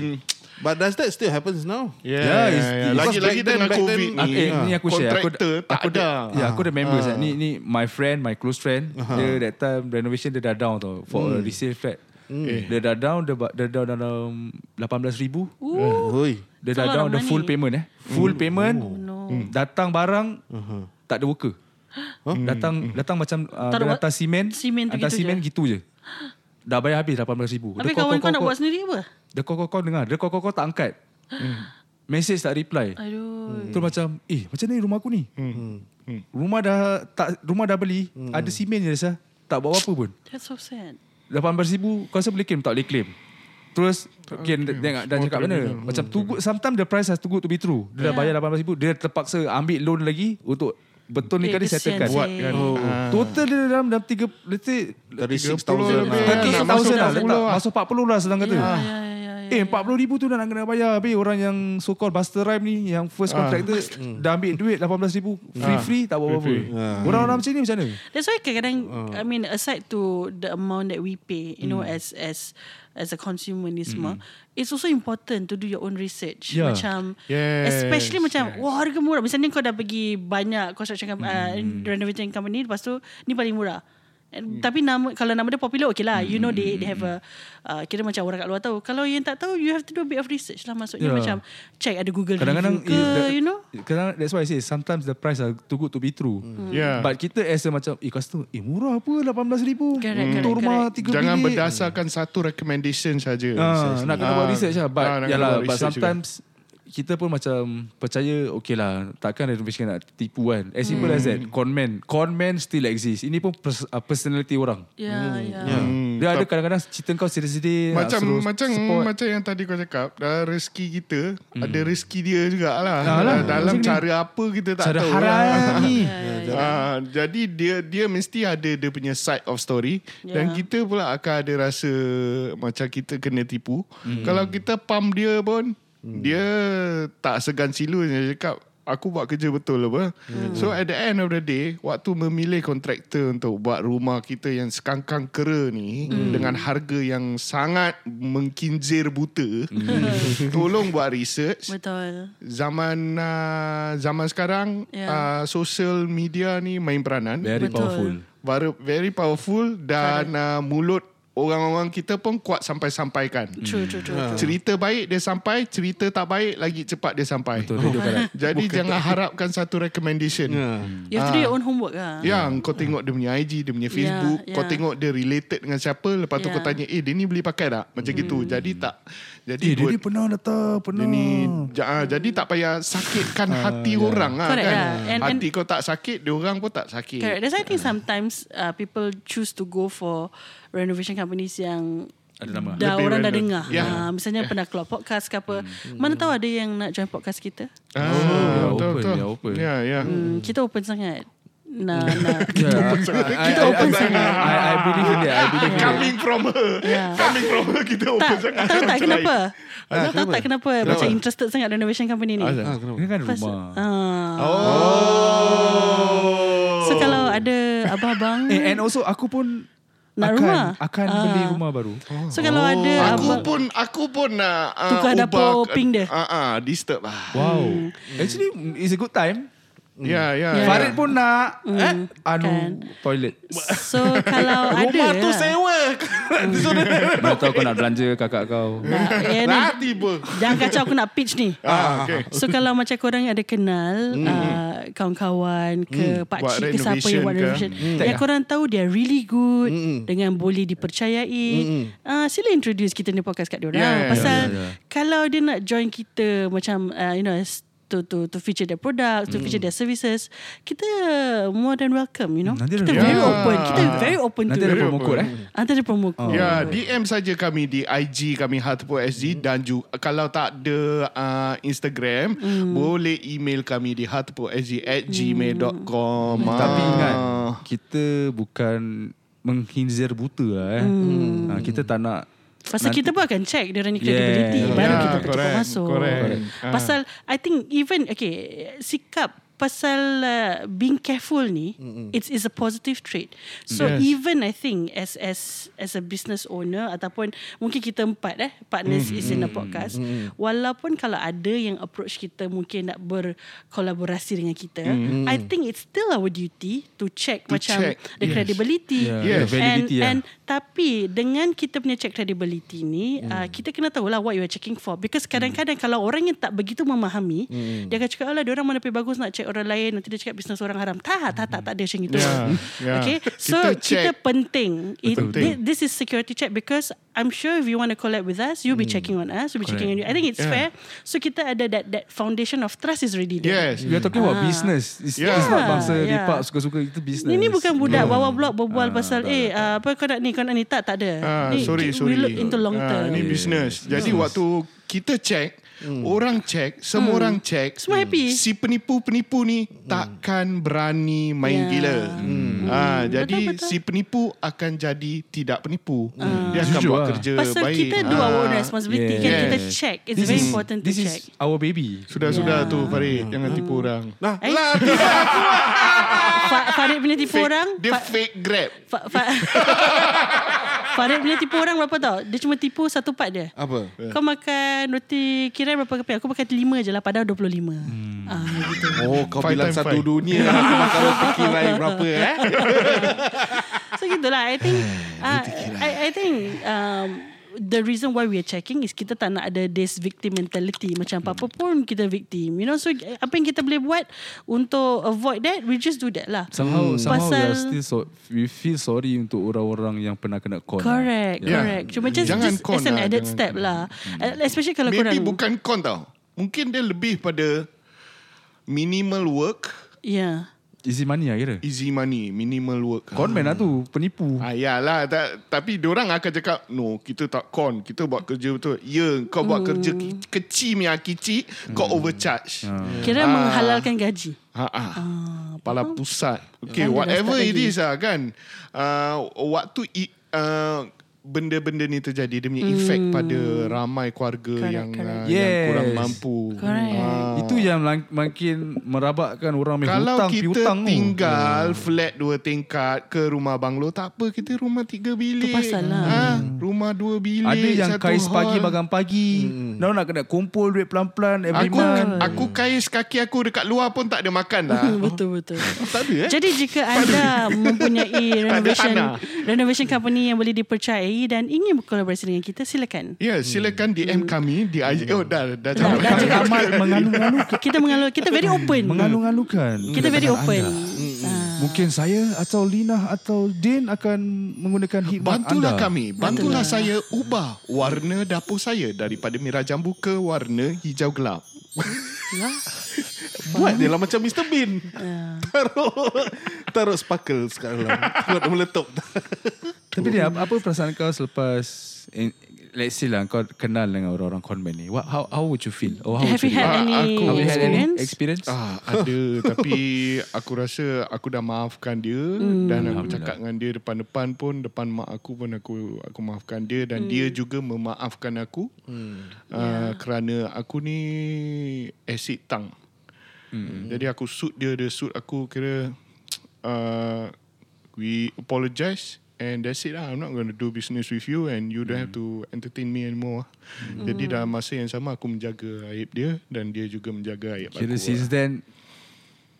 Speaker 6: But does that still happens now?
Speaker 3: Yeah,
Speaker 5: Yeah,
Speaker 3: yeah,
Speaker 5: it's-
Speaker 3: yeah.
Speaker 5: it's-
Speaker 3: Lagi-lagi
Speaker 6: because
Speaker 3: dengan
Speaker 6: back then- back
Speaker 3: COVID
Speaker 6: then- ah,
Speaker 3: ni.
Speaker 5: Aku, eh, ni aku share. Aku,
Speaker 3: Kontraktor tak
Speaker 5: aku
Speaker 3: ada. Ah.
Speaker 5: Ya, aku ada members. Uh. Ni, ni my friend, my close friend. Uh-huh. Dia that time renovation dia dah down tau. For
Speaker 3: Hmm.
Speaker 5: a resale flat. Dia dah down, dia, ba- dia down dalam 18 ribu.
Speaker 6: Oi.
Speaker 5: Dia
Speaker 1: It's a
Speaker 5: dah
Speaker 1: lot
Speaker 5: down
Speaker 1: of
Speaker 5: the full
Speaker 1: money.
Speaker 5: payment eh. Full payment. mm, Datang barang tak ada worker. Mm, Datang datang macam uh,
Speaker 1: Tak ada
Speaker 5: dia
Speaker 1: wo-
Speaker 5: hantar simen,
Speaker 1: simen tu
Speaker 5: hantar
Speaker 1: gitu
Speaker 5: simen
Speaker 1: je?
Speaker 5: gitu je. Dah bayar habis 18,000.
Speaker 1: Tapi kawan kau nak buat sendiri apa?
Speaker 5: Dia kau kau kau dengar, dia kau kau kau tak angkat. Mm. Message tak reply.
Speaker 1: Aduh.
Speaker 5: Terus macam, "Eh, macam ni rumah aku ni?"
Speaker 3: Hmm.
Speaker 6: Hmm.
Speaker 5: Rumah dah tak rumah dah beli, ada simen je Sah. Tak buat apa pun.
Speaker 1: That's so sad.
Speaker 5: 18,000 kau rasa boleh claim tak boleh claim terus okay, okay. tengok dah cakap mana macam too good sometimes the price has too good to be true dia dah bayar 18,000 dia terpaksa ambil loan lagi untuk betul
Speaker 1: Eh,
Speaker 5: ni kali
Speaker 1: kesian
Speaker 5: settlekan
Speaker 1: sih. Buat kan.
Speaker 5: oh. total dia dalam dalam 3 let's say
Speaker 6: Ah,
Speaker 3: lebih.
Speaker 6: 36,000 lah.
Speaker 5: 30,000
Speaker 3: masuk
Speaker 5: lah
Speaker 3: 40
Speaker 5: letak
Speaker 3: lah.
Speaker 5: masuk 40 lah senang kata
Speaker 1: Ya, ya, ya, ya.
Speaker 5: Eh 40 ribu tu dah nak kena bayar Habis orang yang So called Buster Rhyme ni Yang first contractor Dah ambil duit 18 ribu Free free tak buat apa-apa Orang-orang macam ni macam mana
Speaker 1: That's why kadang
Speaker 5: Oh.
Speaker 1: I mean aside to the amount that we pay, you know,
Speaker 5: Mm.
Speaker 1: as as as a consumer ni semua, it's also important to do your own research.
Speaker 5: Yeah.
Speaker 1: Macam
Speaker 3: Yes,
Speaker 1: especially macam wah harga murah. Misalnya kau dah pergi banyak construction company,
Speaker 5: Mm.
Speaker 1: uh, renovation company, lepas tu ni paling murah. And, Tapi nama kalau nama dia popular okay lah You know
Speaker 5: Mm,
Speaker 1: they they have a uh, Kira macam orang kat luar tahu Kalau yang tak tahu You have to do a bit of research lah Maksudnya
Speaker 5: Yeah.
Speaker 1: macam Check ada Google
Speaker 5: Kadang-kadang
Speaker 1: review
Speaker 5: eh,
Speaker 1: ke
Speaker 5: that-
Speaker 1: You know
Speaker 5: Kadang that's why I say sometimes the price are too good to be true. Mm.
Speaker 3: Yeah.
Speaker 5: But kita as a macam eh customer eh murah apa 18,000.
Speaker 1: Correct,
Speaker 5: Untuk
Speaker 1: correct,
Speaker 5: rumah
Speaker 1: correct.
Speaker 5: 3
Speaker 3: Jangan
Speaker 5: bilik.
Speaker 3: berdasarkan satu recommendation saja.
Speaker 5: Ah, nak kena buat research lah. But,
Speaker 3: Ah, nak kena
Speaker 5: yalah,
Speaker 3: buat
Speaker 5: but
Speaker 3: research
Speaker 5: sometimes kita pun macam percaya okay lah takkan renovation nak tipu kan as simple
Speaker 3: Hmm.
Speaker 5: as that con man con man still exist ini pun pers- uh, personality orang
Speaker 1: Yeah, yeah.
Speaker 5: hmm, dia ada kadang-kadang cerita kau sedih-sedih nak
Speaker 3: macam
Speaker 5: suruh
Speaker 3: macam
Speaker 5: support. Hmm.
Speaker 3: macam yang tadi kau cakap dah rezeki kita ada rezeki dia jugalah dalam cara apa kita tak
Speaker 5: cara
Speaker 3: tahu lah.
Speaker 5: haram ni
Speaker 3: Ah, jadi dia dia mesti ada dia punya side of story
Speaker 1: Ya.
Speaker 3: dan kita pula akan ada rasa macam kita kena tipu. Kalau kita pump dia pun dia tak segan silu dia cakap aku buat kerja betul apa. So at the end of the day waktu memilih kontraktor untuk buat rumah kita yang sekangkang kera ni dengan harga yang sangat mengkinzir buta. Tolong buat research
Speaker 1: Betul
Speaker 3: zaman uh, zaman sekarang yeah. uh,
Speaker 1: Ya.
Speaker 3: social media ni main peranan very,
Speaker 5: very
Speaker 1: Betul.
Speaker 5: powerful
Speaker 3: very powerful dan uh, mulut orang-orang kita pun kuat sampai-sampaikan
Speaker 5: Hmm.
Speaker 1: True, true, true,
Speaker 5: Ha.
Speaker 1: true.
Speaker 3: cerita baik dia sampai cerita tak baik lagi cepat dia sampai
Speaker 5: betul Ya. dia juga
Speaker 3: jadi jangan harapkan satu recommendation yeah.
Speaker 5: Mm.
Speaker 1: You
Speaker 5: Ah.
Speaker 1: have to do your own homework lah.
Speaker 3: Yang kau tengok dia punya IG, dia punya Facebook,
Speaker 1: Ya,
Speaker 3: kau
Speaker 1: ya.
Speaker 3: tengok dia related dengan siapa, lepas tu
Speaker 1: Ya. Hmm.
Speaker 3: kau tanya, "Eh, dia ni boleh pakai tak?" Macam gitu. Jadi tak jadi
Speaker 5: eh dia
Speaker 3: dua-
Speaker 5: ni pernah datang pernah
Speaker 3: dia ni ja, ah, jadi tak payah sakitkan
Speaker 5: Ah,
Speaker 3: hati
Speaker 5: ya.
Speaker 3: orang lah
Speaker 1: Correct
Speaker 3: kan.
Speaker 1: lah. And-
Speaker 3: hati kau tak sakit, dia orang pun tak sakit.
Speaker 1: Correct. That's why I think sometimes uh, people choose to go for renovation companies yang
Speaker 5: Ada nama.
Speaker 1: dah
Speaker 3: Lebih
Speaker 1: orang dah
Speaker 3: random.
Speaker 1: dengar.
Speaker 5: Ya.
Speaker 3: Yeah.
Speaker 1: Ha, misalnya pernah keluar podcast ke apa.
Speaker 5: Hmm.
Speaker 1: Mana tahu ada yang nak join podcast kita.
Speaker 3: Ah,
Speaker 5: they
Speaker 3: betul,
Speaker 5: are Oh, ya, open,
Speaker 3: betul.
Speaker 5: they are open.
Speaker 3: Ya, ya.
Speaker 1: Hmm, kita open sangat. Nah, nah.
Speaker 5: Yeah, Hmm. Ya. I, I, I, I, I believe in that. I believe in that.
Speaker 3: Coming from her.
Speaker 1: Yeah.
Speaker 3: Coming from her kita
Speaker 1: Ya.
Speaker 3: open
Speaker 1: tak,
Speaker 3: sangat.
Speaker 1: tahu tak
Speaker 3: Macam
Speaker 1: kenapa?
Speaker 3: lain.
Speaker 5: Ah,
Speaker 1: Tahu tak kenapa? Macam interested sangat renovation company ni.
Speaker 3: Ah,
Speaker 5: Ini kan rumah.
Speaker 1: Ah. So kalau ada abang-abang
Speaker 5: Oh. Eh, and also aku pun
Speaker 1: Nak
Speaker 5: akan,
Speaker 1: rumah?
Speaker 5: akan
Speaker 1: Ah.
Speaker 5: beli rumah Oh. baru.
Speaker 1: So kalau ada
Speaker 3: Aku
Speaker 1: abang
Speaker 3: pun aku pun nak uh,
Speaker 1: Tukar dapur ping dia.
Speaker 3: Ah, ah, disturb lah.
Speaker 5: Wow. Actually, it's a good time.
Speaker 3: Ya, ya.
Speaker 1: Yeah.
Speaker 3: ya.
Speaker 5: Hmm. Farid pun nak mm, eh? Anu
Speaker 1: kan.
Speaker 5: toilet
Speaker 1: So kalau ada
Speaker 6: Rumah tu
Speaker 1: lah.
Speaker 6: sewa
Speaker 5: Mana tahu kau nak belanja kakak kau
Speaker 1: Nak, ya, ni,
Speaker 3: Lah,
Speaker 6: Dah tiba
Speaker 1: jangan kacau aku nak pitch ni.
Speaker 3: Ah, okay. Hmm.
Speaker 1: So kalau macam korang ada kenal mm. uh, kawan-kawan ke mm.
Speaker 3: Buat
Speaker 1: pakcik ke siapa yang buat
Speaker 3: renovation ke? Hmm.
Speaker 1: renovation mm. yang korang tahu dia really good mm. dengan boleh dipercayai
Speaker 3: Hmm.
Speaker 1: uh, sila introduce kita ni podcast kat dia orang
Speaker 3: Yeah, yeah,
Speaker 1: pasal yeah,
Speaker 3: ya.
Speaker 1: yeah. kalau dia nak join kita macam uh, you know as- to to to feature their products to
Speaker 3: Hmm.
Speaker 1: feature their services kita more than welcome you know
Speaker 5: Nanti
Speaker 1: kita
Speaker 5: ada-
Speaker 1: very
Speaker 3: Yeah.
Speaker 1: open kita very open
Speaker 5: Nanti
Speaker 1: to
Speaker 5: ada
Speaker 1: it.
Speaker 5: promo code eh
Speaker 1: Nanti ada promo code
Speaker 3: Ah. Ya, DM saja kami di IG kami Hartpo
Speaker 1: Hmm.
Speaker 3: SG dan juga kalau tak ada uh, Instagram,
Speaker 1: Hmm.
Speaker 3: boleh email kami di hartposg at gmail.com. Ah.
Speaker 5: Tapi ingat Kita bukan Menghinzir buta lah eh
Speaker 1: Hmm.
Speaker 5: ha, Kita tak nak
Speaker 1: Pasal
Speaker 5: Nanti-
Speaker 1: kita pun akan check dia orang ni
Speaker 5: Yeah.
Speaker 1: credibility yeah. baru
Speaker 3: Yeah,
Speaker 1: kita pergi
Speaker 3: correct,
Speaker 1: masuk.
Speaker 3: correct. Ah.
Speaker 1: Pasal I think even okay sikap pasal uh, being careful ni mm it's is a positive trait. So yes.
Speaker 3: Yes.
Speaker 1: even I think as as as a business owner ataupun mungkin kita empat eh partners mm is in a podcast mm walaupun kalau ada yang approach kita mungkin nak berkolaborasi dengan kita mm I think it's still our duty to check
Speaker 3: To
Speaker 1: macam
Speaker 3: check,
Speaker 1: the
Speaker 3: yes.
Speaker 1: credibility
Speaker 5: Yeah,
Speaker 3: Yes.
Speaker 5: the validity lah.
Speaker 1: and, and tapi dengan kita punya check credibility ni hmm. uh, kita kena tahulah what you are checking for because kadang-kadang hmm. kalau orang yang tak begitu memahami hmm. dia akan cakap alah dia orang mana lebih bagus nak check orang lain nanti dia cakap bisnes orang haram tak tak tak tak ada macam itu
Speaker 3: Yeah, yeah.
Speaker 1: okay so
Speaker 3: Kita
Speaker 1: kita,
Speaker 3: check.
Speaker 1: penting it,
Speaker 3: Betul.
Speaker 1: thi- this is security check because I'm sure if you want to collab with us you'll be checking on us you'll be checking on you I think it's fair
Speaker 3: Yeah.
Speaker 1: so kita ada that that foundation of trust is already there
Speaker 3: Yes.
Speaker 5: We are talking about business It's,
Speaker 3: Yeah.
Speaker 5: yeah. it's not bangsa
Speaker 1: Ah. Yeah.
Speaker 5: yeah. lepak Suka-suka Itu business
Speaker 1: Ini bukan budak
Speaker 3: Hmm.
Speaker 1: bawa blog berbual pasal eh ah, apa kau nak ni kau nak ni tak tak ada.
Speaker 3: Ah,
Speaker 1: ni,
Speaker 3: sorry,
Speaker 1: ki-
Speaker 3: sorry.
Speaker 1: We look into long
Speaker 3: Ah,
Speaker 1: term. Hmm.
Speaker 3: Ni business. Jadi waktu kita check, orang check, semua orang check.
Speaker 1: Semua happy.
Speaker 3: Si penipu-penipu ni takkan berani main
Speaker 1: Ya.
Speaker 3: gila. Ah, jadi
Speaker 1: betul. Ah.
Speaker 3: si penipu akan jadi tidak penipu. Dia akan
Speaker 5: Jujur
Speaker 3: buat
Speaker 5: lah.
Speaker 3: kerja
Speaker 1: Pasal
Speaker 3: baik.
Speaker 1: kita do our own
Speaker 3: Ah,
Speaker 1: responsibility
Speaker 5: Yes.
Speaker 1: kan kita
Speaker 3: Yes.
Speaker 1: check. It's very important to
Speaker 5: this
Speaker 1: check.
Speaker 5: is our baby
Speaker 3: Sudah-sudah
Speaker 1: Ya.
Speaker 3: tu Farid, jangan tipu orang.
Speaker 6: Nah,
Speaker 1: Eh?
Speaker 6: lah
Speaker 1: Fa- Farid punya tipu orang.
Speaker 3: Dia
Speaker 1: Fa-
Speaker 3: fake grab.
Speaker 1: Fa- Fa- Farid punya tipu orang berapa tau? Dia cuma tipu satu part dia.
Speaker 6: Apa?
Speaker 3: Ah.
Speaker 1: Kau makan roti kirai berapa keping? Aku makan lima je lah padahal 25.
Speaker 3: Hmm.
Speaker 1: Ah, gitu.
Speaker 6: Oh kau
Speaker 3: Five
Speaker 6: bilang
Speaker 3: times
Speaker 6: satu
Speaker 3: five.
Speaker 6: dunia Ah, Aku makan roti kirai berapa eh
Speaker 1: So gitulah I think uh, I, I think um, The reason why we are checking is kita tak nak ada this victim mentality macam apa-apa pun kita victim you know so apa yang kita boleh buat untuk avoid that we just do that lah
Speaker 5: Somehow,
Speaker 3: Hmm.
Speaker 5: somehow we
Speaker 1: Pasal-
Speaker 5: are still so, we feel sorry untuk orang-orang yang pernah kena con.
Speaker 1: correct
Speaker 3: Yeah.
Speaker 1: correct cuma just,
Speaker 3: Jangan
Speaker 1: just
Speaker 3: con
Speaker 1: as an
Speaker 3: lah,
Speaker 1: added
Speaker 3: jangan
Speaker 1: step lah Uh, especially kalau
Speaker 3: Maybe
Speaker 1: korang
Speaker 3: bukan con tau. Mungkin dia lebih pada minimal work,
Speaker 1: yeah
Speaker 5: Easy money lah kira.
Speaker 3: easy money, minimal work.
Speaker 5: Con man lah tu, penipu.
Speaker 3: Ah, yalah, tak, tapi diorang akan cakap, no, kita tak con, kita buat kerja betul. Ya, kau buat kerja
Speaker 1: Hmm.
Speaker 3: ke- kecil yang kecil, kau overcharge.
Speaker 1: kira menghalalkan gaji
Speaker 3: Ha ah. Kepala pusat. Okay,
Speaker 1: Kan dia
Speaker 3: whatever
Speaker 1: dah start
Speaker 3: it
Speaker 1: lagi.
Speaker 3: is lah kan. Uh, waktu i, uh, benda-benda ni terjadi, dia punya effect pada ramai keluarga
Speaker 1: Hmm. Correct,
Speaker 3: yang
Speaker 1: correct.
Speaker 3: Uh, yang
Speaker 5: Yes.
Speaker 3: kurang mampu.
Speaker 1: Correct.
Speaker 3: Ah.
Speaker 5: Itu yang lang- makin merabakkan orang main
Speaker 3: Kalau
Speaker 5: hutang,
Speaker 3: kita
Speaker 5: piutang tu. Hmm.
Speaker 3: tinggal flat dua tingkat ke rumah banglo, tak apa. Kita rumah tiga bilik.
Speaker 1: pasal lah.
Speaker 3: Ah, rumah dua bilik,
Speaker 5: Hmm. Ada yang
Speaker 3: satu
Speaker 5: kais
Speaker 3: hall.
Speaker 5: pagi bagang pagi. Hmm. Nak nak kena kumpul duit pelan-pelan every
Speaker 3: Aku,
Speaker 5: month.
Speaker 3: aku kais kaki aku dekat luar pun tak ada makan lah.
Speaker 1: betul betul
Speaker 6: Tak ada eh
Speaker 1: Ah, Jadi jika anda mempunyai renovation
Speaker 3: tanah.
Speaker 1: renovation company yang boleh dipercayai dan ingin berkolaborasi dengan kita, silakan.
Speaker 3: Ya, silakan DM kami di IG. Oh, dah,
Speaker 1: Dah,
Speaker 3: dah
Speaker 1: dah
Speaker 3: sampai.
Speaker 1: cakap.
Speaker 5: Amat mengalu-ngalu.
Speaker 1: Kita mengalu kita very open.
Speaker 3: Hmm.
Speaker 5: Mengalu-ngalukan.
Speaker 1: Kita very
Speaker 5: Perkataan
Speaker 1: open.
Speaker 5: anda. Mungkin saya atau Lina atau Din akan menggunakan khidmat
Speaker 3: Bantulah
Speaker 5: anda.
Speaker 3: kami. Bantulah saya ubah warna dapur saya daripada merah jambu ke warna hijau gelap.
Speaker 1: Ya.
Speaker 6: Buat dia lah macam Mr. Bean Taruh Taruh sparkle sekarang Buat dia meletup
Speaker 5: Tapi dia apa perasaan kau selepas eh, let's say lah kau kenal dengan orang-orang conman ni. What, how how would you feel? Or how would
Speaker 1: Have you
Speaker 5: you
Speaker 1: had any
Speaker 5: feel?
Speaker 3: Ah, aku-
Speaker 5: Have you had any
Speaker 1: experience?
Speaker 5: experience?
Speaker 3: Ah, ada tapi aku rasa aku dah maafkan dia mm. dan aku cakap dengan dia depan-depan pun depan mak aku pun aku aku maafkan dia dan mm. dia juga memaafkan aku. Mm. Uh, yeah. kerana aku ni acid tang. Mm. Jadi aku suit dia dia suit aku kira uh, we apologize and that's it lah. I'm not going to do business with you and you don't have to entertain me anymore. Mm. Jadi dalam masa yang sama aku menjaga aib dia dan dia juga menjaga aib
Speaker 5: Kira
Speaker 3: aku. lah.
Speaker 5: since then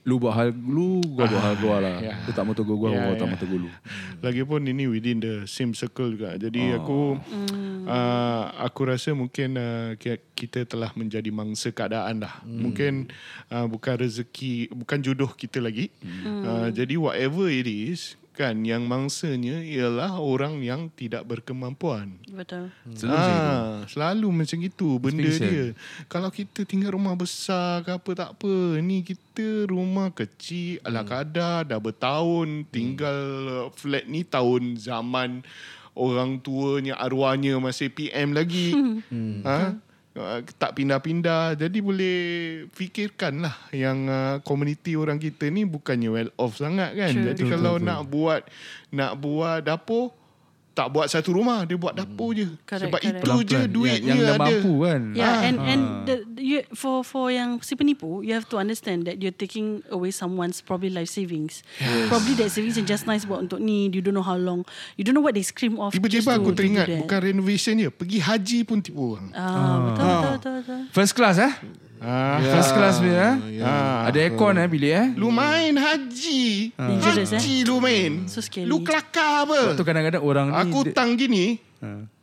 Speaker 5: Lu buat hal lu Gua buat hal gua lah
Speaker 3: yeah.
Speaker 5: Lu tak motor gua Gua
Speaker 3: Ah, Yeah,
Speaker 5: yeah, tak
Speaker 3: yeah.
Speaker 5: motor gua lu
Speaker 3: Hmm. Lagipun ini within the same circle juga. Jadi oh. aku uh, aku rasa mungkin uh, ki- kita telah menjadi mangsa keadaan dah. Hmm. Mungkin uh, bukan rezeki, bukan jodoh kita lagi. Hmm. Uh, jadi whatever it is kan yang mangsanya ialah orang yang tidak berkemampuan.
Speaker 1: Betul.
Speaker 3: ah,
Speaker 5: Selalu macam itu.
Speaker 3: Selalu macam itu benda
Speaker 5: Inspiration.
Speaker 3: dia. Kalau kita tinggal rumah besar ke apa tak apa. Ni kita rumah kecil ala
Speaker 5: Hmm.
Speaker 3: kadar dah bertahun tinggal uh, flat ni tahun zaman orang tuanya arwahnya masih PM lagi.
Speaker 5: Hmm.
Speaker 3: ha? Uh, tak pindah-pindah jadi boleh fikirkan lah yang uh, komuniti orang kita ni bukannya well off sangat kan
Speaker 1: True.
Speaker 3: jadi kalau nak buat nak buat dapur tak buat satu rumah dia buat dapur
Speaker 5: Hmm.
Speaker 3: je
Speaker 1: Correct,
Speaker 3: sebab
Speaker 1: correct.
Speaker 3: itu je duit
Speaker 5: yang, yang
Speaker 3: dia
Speaker 5: dah
Speaker 3: ada
Speaker 5: mampu kan
Speaker 1: Yeah,
Speaker 3: Ah.
Speaker 1: and and the, the- you, for for yang si penipu, you have to understand that you're taking away someone's probably life savings. Probably that savings is just nice buat untuk ni. You don't know how long. You don't know what they scream off. just
Speaker 3: tiba-tiba
Speaker 1: to-
Speaker 3: aku
Speaker 1: to do
Speaker 3: teringat
Speaker 1: that.
Speaker 3: bukan renovation je pergi haji pun tipu orang
Speaker 1: Ah, betul, betul, betul, betul.
Speaker 5: First class eh
Speaker 3: ah.
Speaker 5: yeah. First class punya eh
Speaker 3: Ah.
Speaker 5: Ada aircon eh bilik eh
Speaker 3: lu main haji
Speaker 1: Dangerous, eh?
Speaker 3: haji lu main
Speaker 1: So scary.
Speaker 3: lu kelakar apa
Speaker 5: Ah. Tu kadang-kadang orang ni
Speaker 3: Aku
Speaker 5: dia- Ah.
Speaker 3: tang gini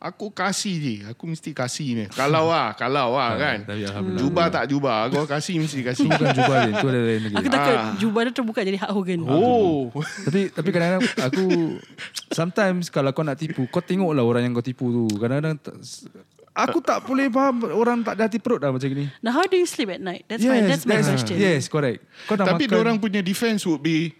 Speaker 3: Aku kasih je Aku mesti kasih ni Kalau lah Kalau lah kan
Speaker 5: Ah, tapi Alhamdulillah.
Speaker 3: Jubah tak jubah Kau kasih mesti kasih
Speaker 5: Bukan jubah dia Tu ada lain lagi
Speaker 1: Aku takut jubah dia terbuka jadi Hulk Hogan.
Speaker 3: Ah. Oh
Speaker 5: Tapi tapi kadang-kadang aku sometimes kalau kau nak tipu kau tengoklah orang yang kau tipu tu. Kadang-kadang tak- aku tak boleh faham orang tak ada hati perut dah macam ni.
Speaker 1: Now, how do you sleep at night? That's my that's my question.
Speaker 5: Yes, correct. Kau dah
Speaker 3: Tapi
Speaker 5: makan.
Speaker 3: orang punya defense would be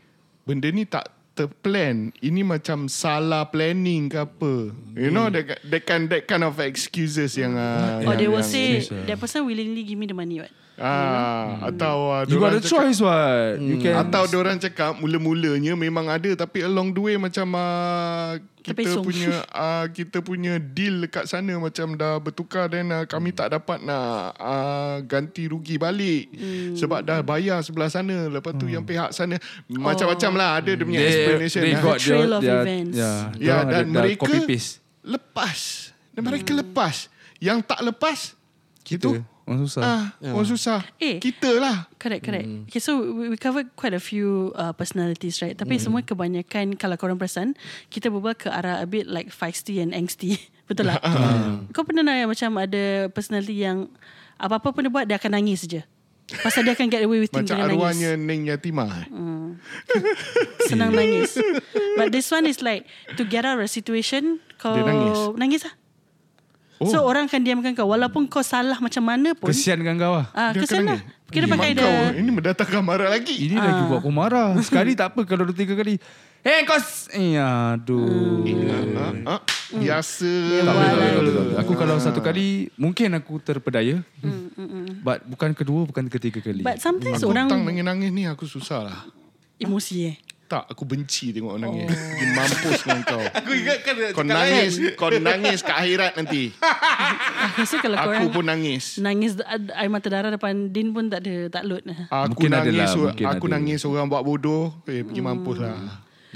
Speaker 3: Benda ni tak terplan Ini macam salah planning ke apa You know
Speaker 5: Hmm.
Speaker 3: That, that, kind, that kind of excuses yang ah,
Speaker 1: Or
Speaker 5: Oh,
Speaker 3: yang-
Speaker 1: they will say
Speaker 3: yang-
Speaker 1: that person willingly give me the money. What?
Speaker 3: ah, Atau ah,
Speaker 5: Hmm. you got
Speaker 3: dorang Hmm.
Speaker 5: a choice what. You
Speaker 1: Kan?
Speaker 5: can
Speaker 3: Atau orang cakap mula-mulanya memang ada tapi along the way macam uh, kita
Speaker 1: Terpesong.
Speaker 3: punya uh, kita punya deal dekat sana macam dah bertukar dan uh, kami
Speaker 1: Hmm.
Speaker 3: tak dapat nak uh, ganti rugi balik hmm. sebab dah bayar sebelah sana lepas tu yang pihak sana
Speaker 1: Oh.
Speaker 3: macam-macam lah ada dia punya explanation
Speaker 5: Hmm. they
Speaker 3: lah.
Speaker 5: got
Speaker 1: The trail
Speaker 5: their-
Speaker 1: of
Speaker 5: their-
Speaker 1: events.
Speaker 5: Yeah,
Speaker 3: ya
Speaker 5: dorang
Speaker 3: dan
Speaker 5: ada- dah
Speaker 3: mereka
Speaker 5: copy paste.
Speaker 3: lepas dan mereka
Speaker 1: Hmm.
Speaker 3: lepas yang tak lepas
Speaker 5: Kita
Speaker 3: kita
Speaker 5: orang susah.
Speaker 3: ah orang susah
Speaker 1: Eh.
Speaker 3: kita lah
Speaker 1: Correct, correct. Mm. Okay, so we, we covered quite a few uh, personalities, right?
Speaker 3: Hmm.
Speaker 1: Tapi mm. semua kebanyakan kalau korang perasan, kita berbual ke arah a bit like feisty and angsty. Betul tak?
Speaker 3: Ah.
Speaker 1: Hmm. Kau pernah nak yang macam ada personality yang apa-apa pun dia buat, dia akan nangis je. Pasal dia akan get away with things
Speaker 3: macam
Speaker 1: dengan nangis.
Speaker 3: arwahnya Neng Yatimah
Speaker 1: Senang nangis. But this one is like, to get out of a situation, kau
Speaker 3: Dia nangis.
Speaker 1: nangis lah. Oh. So orang akan diamkan kau Walaupun kau salah macam mana pun
Speaker 5: Kesian kan kau lah.
Speaker 1: Ah,
Speaker 3: Dia
Speaker 1: kesian
Speaker 3: kena
Speaker 1: lah.
Speaker 3: ni.
Speaker 1: Kira
Speaker 3: Mak
Speaker 1: pakai
Speaker 3: kau,
Speaker 1: dah.
Speaker 3: Ini mendatangkan marah lagi.
Speaker 5: Ini lagi
Speaker 1: Ah.
Speaker 5: buat aku marah. Sekali tak apa kalau dua tiga kali. Eh kau s- Eh aduh.
Speaker 1: Hmm.
Speaker 3: Ah, ah, biasa.
Speaker 5: Tak boleh, tak boleh,
Speaker 1: Walau-
Speaker 5: tak boleh, tak boleh. Aku kalau satu
Speaker 3: Ah.
Speaker 5: kali mungkin aku terpedaya. But bukan kedua, bukan ketiga kali.
Speaker 1: Hmm, But sometimes
Speaker 3: Aku orang...
Speaker 1: orang
Speaker 3: tang nangis-nangis ni aku susah lah.
Speaker 1: emosi eh.
Speaker 3: Tak, aku benci tengok orang nangis. Oh. Dia mampus dengan kau.
Speaker 6: Aku ingat kan Lah, dia
Speaker 3: Kau
Speaker 6: cakap
Speaker 3: nangis,
Speaker 6: lain.
Speaker 3: kau nangis ke akhirat nanti.
Speaker 1: Rasa Ah, kalau korang
Speaker 3: Aku pun nangis.
Speaker 1: nangis ad- air mata darah depan Din pun tak ada tak load lah.
Speaker 3: Aku
Speaker 5: Mungkin ada
Speaker 3: nangis,
Speaker 5: lah,
Speaker 3: lah,
Speaker 5: mungkin
Speaker 3: aku
Speaker 5: ada.
Speaker 3: nangis orang buat bodoh. Eh, pergi
Speaker 6: Hmm.
Speaker 3: mampus lah.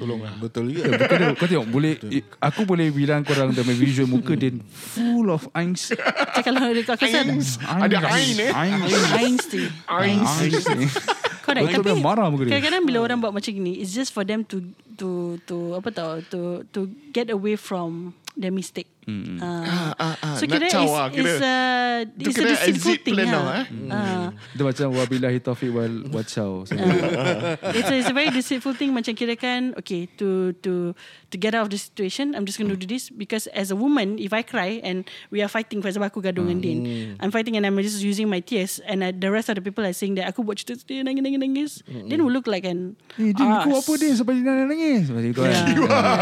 Speaker 3: Tolonglah.
Speaker 6: Betul juga.
Speaker 5: Kau tengok, kau tengok boleh, i- aku boleh bilang korang dalam visual muka dia full of angst.
Speaker 1: Macam kalau dia kau kesan
Speaker 3: Ada ain eh.
Speaker 5: Angst.
Speaker 1: Einstein.
Speaker 5: Angst.
Speaker 1: Correct.
Speaker 5: Betul,
Speaker 1: Tapi
Speaker 5: dia marah muka dia.
Speaker 1: kadang-kadang bila orang buat macam ni, it's just for them to to to apa tau to to get away from their mistake. Mm. Uh,
Speaker 3: Ah, ah,
Speaker 1: so
Speaker 3: nak
Speaker 1: kira
Speaker 3: caw
Speaker 1: is,
Speaker 3: lah, kira.
Speaker 1: is a
Speaker 3: Tu
Speaker 1: it's a
Speaker 3: kira
Speaker 1: deceitful
Speaker 3: exit
Speaker 1: thing
Speaker 3: plan tau,
Speaker 1: lah.
Speaker 3: eh.
Speaker 1: Ah.
Speaker 5: Dia macam wabillahi taufiq wal wacau.
Speaker 1: it's, a, it's a very deceitful thing macam kira kan okay to to to get out of the situation I'm just going to do this because as a woman if I cry and we are fighting for example aku gaduh dengan Din I'm fighting and I'm just using my tears and I, the rest of the people are saying that aku buat cerita dia nangis nangis nangis Din will look like an
Speaker 5: Eh, dia kau
Speaker 1: arse.
Speaker 5: apa dia sampai dia nangis. Macam tu kan.
Speaker 1: Yeah.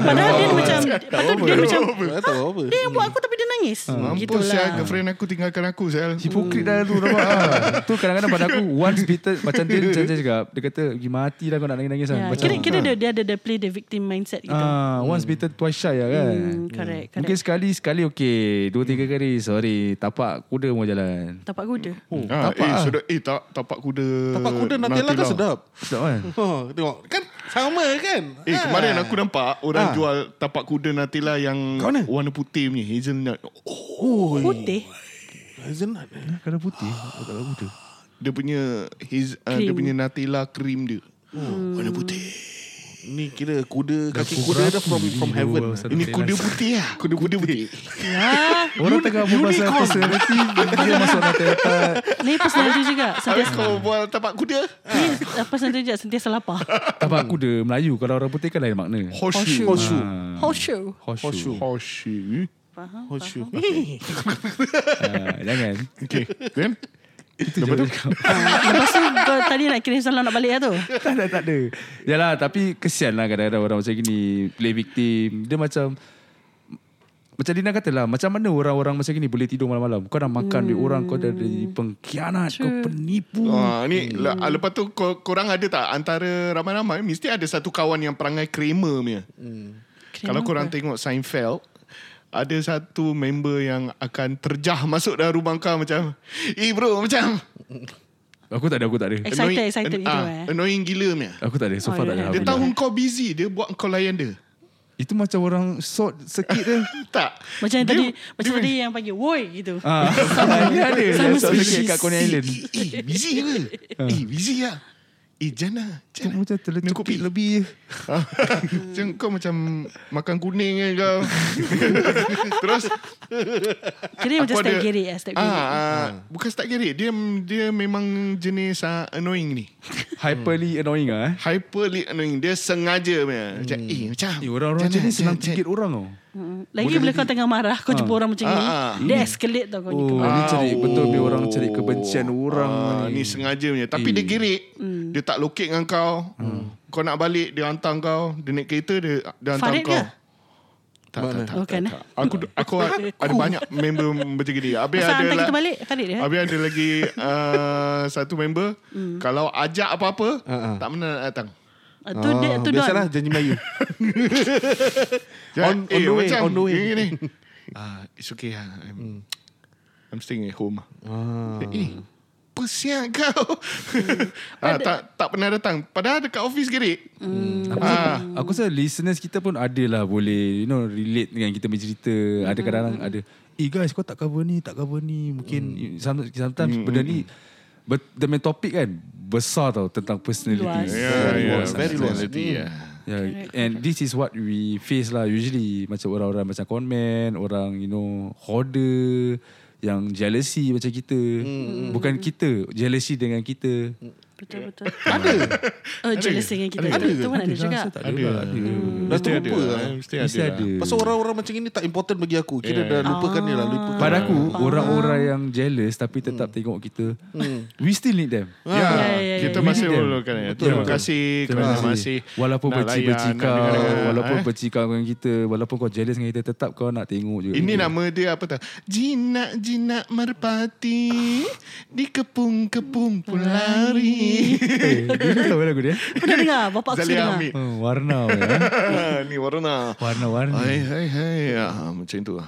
Speaker 1: Padahal Din macam patut Din macam
Speaker 6: Tak tahu apa.
Speaker 1: dia yang buat aku tapi dia nangis
Speaker 3: Hmm.
Speaker 1: lah.
Speaker 3: Mampus
Speaker 6: lah.
Speaker 1: Gitulah.
Speaker 3: saya girlfriend aku tinggalkan aku saya.
Speaker 5: Hipokrit dah tu nampak ah. Tu kadang-kadang pada aku Once bitter Macam dia macam dia cakap Dia kata pergi mati lah kau nak nangis-nangis kan.
Speaker 1: Ya,
Speaker 5: Macam-
Speaker 1: kira kira dia, dia ada the play the victim mindset gitu
Speaker 5: Ah, once bitten twice shy lah kan.
Speaker 1: Hmm, correct, correct.
Speaker 5: Mungkin sekali sekali okey, dua tiga kali sorry, tapak kuda mau jalan.
Speaker 1: tapak kuda
Speaker 3: Oh, ah, eh,
Speaker 5: lah.
Speaker 3: sedap, eh tak, tapak kuda.
Speaker 6: Tapak kuda Nutella kan sedap.
Speaker 5: Sedap kan?
Speaker 6: Oh, tengok. Kan sama kan?
Speaker 3: Eh kemarin aku nampak orang
Speaker 6: Ah.
Speaker 3: jual tapak kuda Natila yang
Speaker 6: Kat mana?
Speaker 3: warna putih punya hazelnut. Oh,
Speaker 1: putih
Speaker 6: Hazelnut eh.
Speaker 5: Kena putih, oh, tak tahu kuda.
Speaker 3: dia punya his uh, dia
Speaker 1: Cream.
Speaker 3: punya Nutella cream dia.
Speaker 1: Hmm.
Speaker 3: Oh, warna putih.
Speaker 6: Ni kira kuda Kaki kuda dia from from heaven
Speaker 3: Ini kuda putih lah. Kuda, kuda putih.
Speaker 5: Orang tengah berbual pasal personality Dia masuk Nutella
Speaker 1: Lain personality juga
Speaker 3: Habis
Speaker 1: Sentiasa
Speaker 6: Ah.
Speaker 3: kau buat tapak kuda?
Speaker 1: Ni uh, personality juga Sentiasa lapar
Speaker 5: Tapak kuda Melayu Kalau orang putih kan lain makna
Speaker 3: Horseshoe.
Speaker 6: Horseshoe
Speaker 1: Ah,
Speaker 3: Hmm.
Speaker 1: Horseshoe
Speaker 5: Horseshoe
Speaker 3: Horseshoe.
Speaker 1: Faham?
Speaker 6: Horseshoe
Speaker 5: Ah, Jangan
Speaker 3: Okay. Then?
Speaker 5: Itu je
Speaker 1: Ah, Lepas tu kau tadi nak kirim salam nak balik lah tu
Speaker 5: tak ada, tak ada. Yalah, tapi kesian lah kadang-kadang orang macam gini. Play victim. Dia macam... Macam Dina kata lah, macam mana orang-orang macam gini boleh tidur malam-malam? Kau dah makan duit orang, kau dah jadi pengkhianat, kau penipu.
Speaker 3: Ah, ni la, ah, lepas tu kor, korang ada tak antara ramai-ramai mesti ada satu kawan yang perangai Kramer punya. Kalau korang tengok Seinfeld ada satu member yang akan terjah masuk dalam rumah kau macam Eh bro macam
Speaker 5: Aku tak ada, aku tak ada.
Speaker 1: Excited,
Speaker 3: annoying-
Speaker 1: excited
Speaker 3: an-
Speaker 1: gitu
Speaker 3: ah,
Speaker 1: eh.
Speaker 3: Annoying gila punya
Speaker 5: Aku tak ada,
Speaker 1: Ah,
Speaker 5: so
Speaker 1: ya.
Speaker 5: far tak ada.
Speaker 3: Dia
Speaker 5: Alhamdulillah.
Speaker 3: tahu kau busy Dia buat kau layan dia
Speaker 5: Itu macam orang short sekit dia.
Speaker 3: Tak
Speaker 1: Macam
Speaker 3: Dia-
Speaker 1: tadi
Speaker 3: dia
Speaker 1: Macam
Speaker 3: main,
Speaker 1: tadi yang panggil Woi gitu
Speaker 5: Ah, dia ada.
Speaker 1: Sama
Speaker 5: short
Speaker 1: species.
Speaker 5: sekit kat Coney Island.
Speaker 3: Eh, eh, eh busy ke
Speaker 1: Ha.
Speaker 3: Eh busy lah Eh jana
Speaker 5: Aku
Speaker 3: Jana
Speaker 5: macam
Speaker 3: Minum kopi.
Speaker 5: terlecupi lebih.
Speaker 3: Macam kau macam Makan kuning kan kau Terus
Speaker 1: Kira macam
Speaker 3: Aku
Speaker 1: step
Speaker 3: ada-
Speaker 1: gerik lah Step
Speaker 3: ah,
Speaker 1: gerik
Speaker 3: ah, Bukan start gerik Dia dia memang jenis ah, annoying ni
Speaker 5: Hyperly annoying ah. eh.
Speaker 3: Hyperly annoying Dia
Speaker 1: Hmm.
Speaker 3: sengaja punya Macam eh macam
Speaker 5: Eh, orang-orang
Speaker 3: Jana,
Speaker 5: macam ni senang
Speaker 3: Jana,
Speaker 5: cekit orang tau.
Speaker 1: Mm. Lagi bila kau tengah marah Kau jumpa orang macam ni
Speaker 3: Ah, ah.
Speaker 1: Dia escalate tau kau ni
Speaker 5: Oh,
Speaker 1: kau.
Speaker 5: ni cari
Speaker 3: Oh.
Speaker 5: betul dia orang cari kebencian orang Hmm.
Speaker 3: Ah, ni sengaja punya Tapi dia gerik
Speaker 1: Hmm.
Speaker 3: Dia tak lokek dengan kau Kau nak balik Dia hantar kau Dia naik kereta Dia, dia hantar
Speaker 1: Farid
Speaker 3: kau
Speaker 1: ke?
Speaker 3: Tak, tak, tak,
Speaker 1: Bukan, eh?
Speaker 3: tak, tak. Aku aku ada banyak member macam gini. Habis
Speaker 1: Pasal
Speaker 3: ada
Speaker 1: hantar
Speaker 3: lah-
Speaker 1: kita balik ya. eh? Farid dia
Speaker 3: Habis ada lagi uh, satu member
Speaker 1: Hmm.
Speaker 3: kalau ajak apa-apa
Speaker 5: Ha,
Speaker 6: ah.
Speaker 3: tak pernah nak datang.
Speaker 1: Ah, Tu dia tu Don
Speaker 6: Biasalah janji Melayu
Speaker 3: Jangan,
Speaker 6: On- on the way, on the way.
Speaker 3: Gini, gini. Ah, it's okay lah. I'm, I'm staying at home. Ah. Eh, apa sial kau? ah, tak tak pernah datang. Padahal dekat office gerik. Ah.
Speaker 5: Aku rasa listeners kita pun ada lah boleh you know relate dengan kita punya cerita.
Speaker 1: Hmm.
Speaker 5: Ada kadang-kadang ada eh guys kau tak cover ni, tak cover ni. Mungkin sometimes, sometimes benda ni but the main topic kan besar tau tentang personality.
Speaker 1: Luas.
Speaker 5: Very
Speaker 3: yeah,
Speaker 5: luas.
Speaker 6: very luas.
Speaker 3: personality, yeah.
Speaker 5: Yeah, Ya, and this is what we face lah usually macam orang-orang macam conman, orang you know hoarder yang jealousy macam kita.
Speaker 3: Hmm.
Speaker 5: Bukan kita, jealousy dengan kita.
Speaker 1: Betul-betul Ada Oh jealous dengan kita
Speaker 3: Ada.
Speaker 1: Ada Tu pun ada juga
Speaker 5: Rasa tak ada. lah, ada.
Speaker 6: Dah
Speaker 3: Mesti
Speaker 6: terlupa lah.
Speaker 3: ada.
Speaker 5: Mesti
Speaker 3: Mesti ada.
Speaker 5: ada.
Speaker 6: Pasal orang-orang macam ini tak important bagi aku. Kira dah lupakan dia lah. Lupakan.
Speaker 5: Pada aku Orang-orang yang jealous Tapi tetap tengok kita We still need them
Speaker 3: Ya, yeah, Hmm. yeah,
Speaker 1: ya,
Speaker 3: yeah,
Speaker 1: ya,
Speaker 3: kita
Speaker 5: ya.
Speaker 3: masih
Speaker 5: Betul.
Speaker 3: memerlukan ya.
Speaker 5: Betul,
Speaker 3: Terima
Speaker 5: betul.
Speaker 3: kasih kerana masih
Speaker 5: Walaupun
Speaker 3: nak
Speaker 5: benci-benci
Speaker 3: layan, nak
Speaker 5: kau
Speaker 3: dengarkan,
Speaker 5: Walaupun
Speaker 3: eh.
Speaker 5: benci kau dengan kita Walaupun kau jealous dengan kita Tetap kau nak tengok juga
Speaker 3: Ini nama dia apa tak? Jinak jinak merpati di kepung-kepung pulari.
Speaker 5: Eh, Dia tahu lagu dia
Speaker 1: Pernah dengar Bapak aku dengar
Speaker 3: Zalia Amir.
Speaker 5: Oh, Warna weh, eh.
Speaker 3: Ah, Ni warna.
Speaker 5: Warna-warni
Speaker 3: Hai hai hai ah, Macam tu lah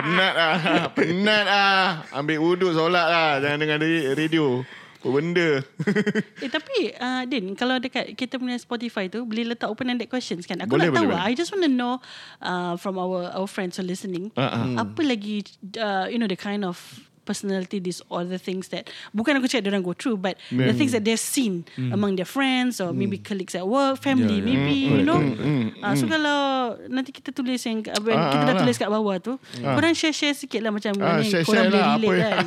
Speaker 3: Penat lah Penat lah Ambil wuduk solat lah Jangan dengar dari radio Apa benda
Speaker 1: Eh tapi uh, Din Kalau dekat kita punya Spotify tu Boleh letak open ended questions kan Aku
Speaker 3: Boleh,
Speaker 1: nak tahu
Speaker 3: boleh,
Speaker 1: lah, I just want to know uh, From our our friends who are listening
Speaker 3: Ah,
Speaker 1: Apa lagi uh, You know the kind of personality disorder things that bukan aku cakap dia orang go through but the things that they've seen
Speaker 3: Hmm.
Speaker 1: among their friends or maybe colleagues at work family
Speaker 5: Yeah, yeah.
Speaker 1: maybe you know uh, so kalau nanti kita tulis yang uh, kita dah
Speaker 3: Hmm, ah,
Speaker 1: tulis kat bawah tu korang share-share sikit lah macam mana
Speaker 3: Ah,
Speaker 1: yang korang
Speaker 3: share-share
Speaker 1: boleh
Speaker 3: lah apa,
Speaker 1: relate kan
Speaker 3: yang,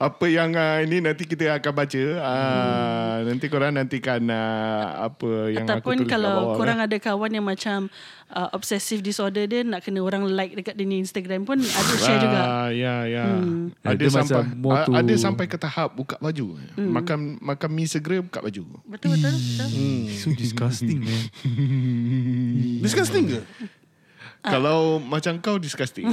Speaker 3: apa yang uh, ini nanti kita akan baca. Uh, Nanti korang nantikan uh, apa yang
Speaker 1: Ataupun
Speaker 3: aku tulis kat
Speaker 1: kalau
Speaker 3: bawah
Speaker 1: korang
Speaker 5: eh.
Speaker 3: lah.
Speaker 1: ada kawan yang macam uh, obsessive disorder dia nak kena orang like dekat dia ni Instagram pun ada share juga. Hmm.
Speaker 3: Ah, ya, ya. Ada
Speaker 5: Dia macam
Speaker 3: sampai
Speaker 5: more
Speaker 3: a-
Speaker 5: to-
Speaker 3: ada sampai ke tahap buka baju.
Speaker 1: Hmm.
Speaker 3: Makan makan mie segera buka baju.
Speaker 1: Betul betul. betul.
Speaker 5: So disgusting man
Speaker 6: Disgusting ke?
Speaker 1: Ah.
Speaker 3: Kalau macam kau disgusting.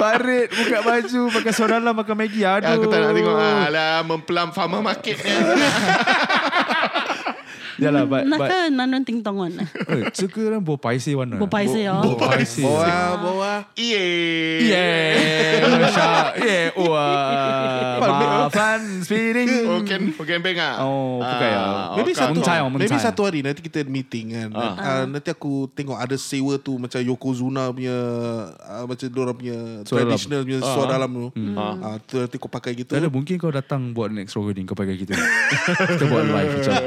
Speaker 5: Parit Buka baju Pakai sorala Makan Maggi Aduh ah.
Speaker 3: aku tak nak tengok. Alah, mempelam farmer market.
Speaker 5: Yeah lah, but, but
Speaker 1: 那个男人叮咚 one.
Speaker 5: 这个人不白色玩的，
Speaker 1: 不白色哦。
Speaker 5: 不白色，
Speaker 6: Bawa, bawa.
Speaker 5: ah. 耶，我傻耶，我麻烦
Speaker 3: Oh,
Speaker 5: speeding。
Speaker 3: can, can bang ah.
Speaker 5: Oh, bukan ya.
Speaker 3: Ah,
Speaker 6: Maybe
Speaker 3: kan.
Speaker 6: satu
Speaker 5: Mencai
Speaker 6: hari,
Speaker 5: oh, mencai.
Speaker 6: maybe satu hari nanti kita meeting kan. Uh. Uh, nanti aku tengok ada sewa tu macam Yokozuna punya uh, macam diorang punya
Speaker 5: Suara dalam. Hmm.
Speaker 6: traditional punya suara dalam tu. Ah uh, tu nanti kau pakai gitu.
Speaker 5: Tak ada, mungkin kau datang buat next recording kau pakai kita. kita buat live macam.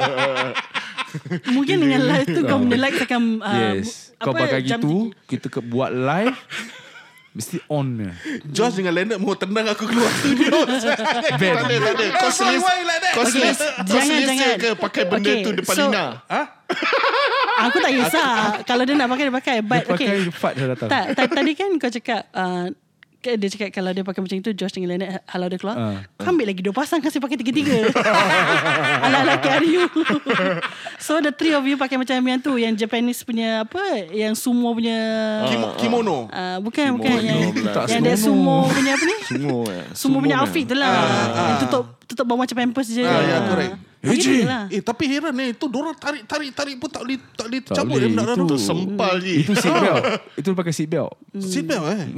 Speaker 1: Mungkin dengan live tu kau punya like akan uh,
Speaker 5: Oh. yes. Kau
Speaker 1: apa,
Speaker 5: pakai
Speaker 1: jam
Speaker 5: gitu, kita ke, buat live. Mesti on ya.
Speaker 6: Josh dengan Leonard mau tendang aku keluar studio.
Speaker 5: Ben.
Speaker 3: Tak ada, tak ada. Kau
Speaker 6: Why
Speaker 3: selis,
Speaker 6: why like that?
Speaker 3: kau
Speaker 1: Okay,
Speaker 3: selis, kau
Speaker 1: jangan,
Speaker 3: selis
Speaker 1: jangan.
Speaker 3: ke pakai benda
Speaker 1: Okay,
Speaker 3: tu depan
Speaker 1: so-
Speaker 3: Lina?
Speaker 1: Aku tak kisah Kalau dia nak pakai Dia pakai But
Speaker 5: Dia pakai
Speaker 1: okay
Speaker 5: fat dah datang.
Speaker 1: tak, tak, Tadi kan kau cakap uh, ke- Dia cakap kalau dia pakai macam tu Josh dengan Leonard Kalau dia keluar
Speaker 5: Ah,
Speaker 1: Kau ambil lagi dua pasang Kasih pakai tiga-tiga Ala-ala KRU So the three of you Pakai macam yang tu Yang Japanese punya Apa Yang sumo punya
Speaker 6: Kimo, Ah. kimono.
Speaker 1: uh, Bukan bukan Yang,
Speaker 5: Tak
Speaker 1: yang dia
Speaker 5: sumo.
Speaker 1: sumo punya apa ni
Speaker 3: Semua eh.
Speaker 1: Sumo punya outfit tu lah Yang Tutup tutup bawah macam pampers je
Speaker 6: Ah, ya, correct.
Speaker 1: Lagi
Speaker 5: Eji.
Speaker 1: dia lah.
Speaker 6: Eh tapi heran eh itu diorang tarik tarik tarik pun tak boleh tak boleh
Speaker 5: Tak
Speaker 6: cabut
Speaker 5: boleh,
Speaker 6: dia benda
Speaker 5: itu.
Speaker 6: tu.
Speaker 3: Sempal je.
Speaker 5: Itu seat belt. Itu pakai seat belt.
Speaker 6: Sedap eh.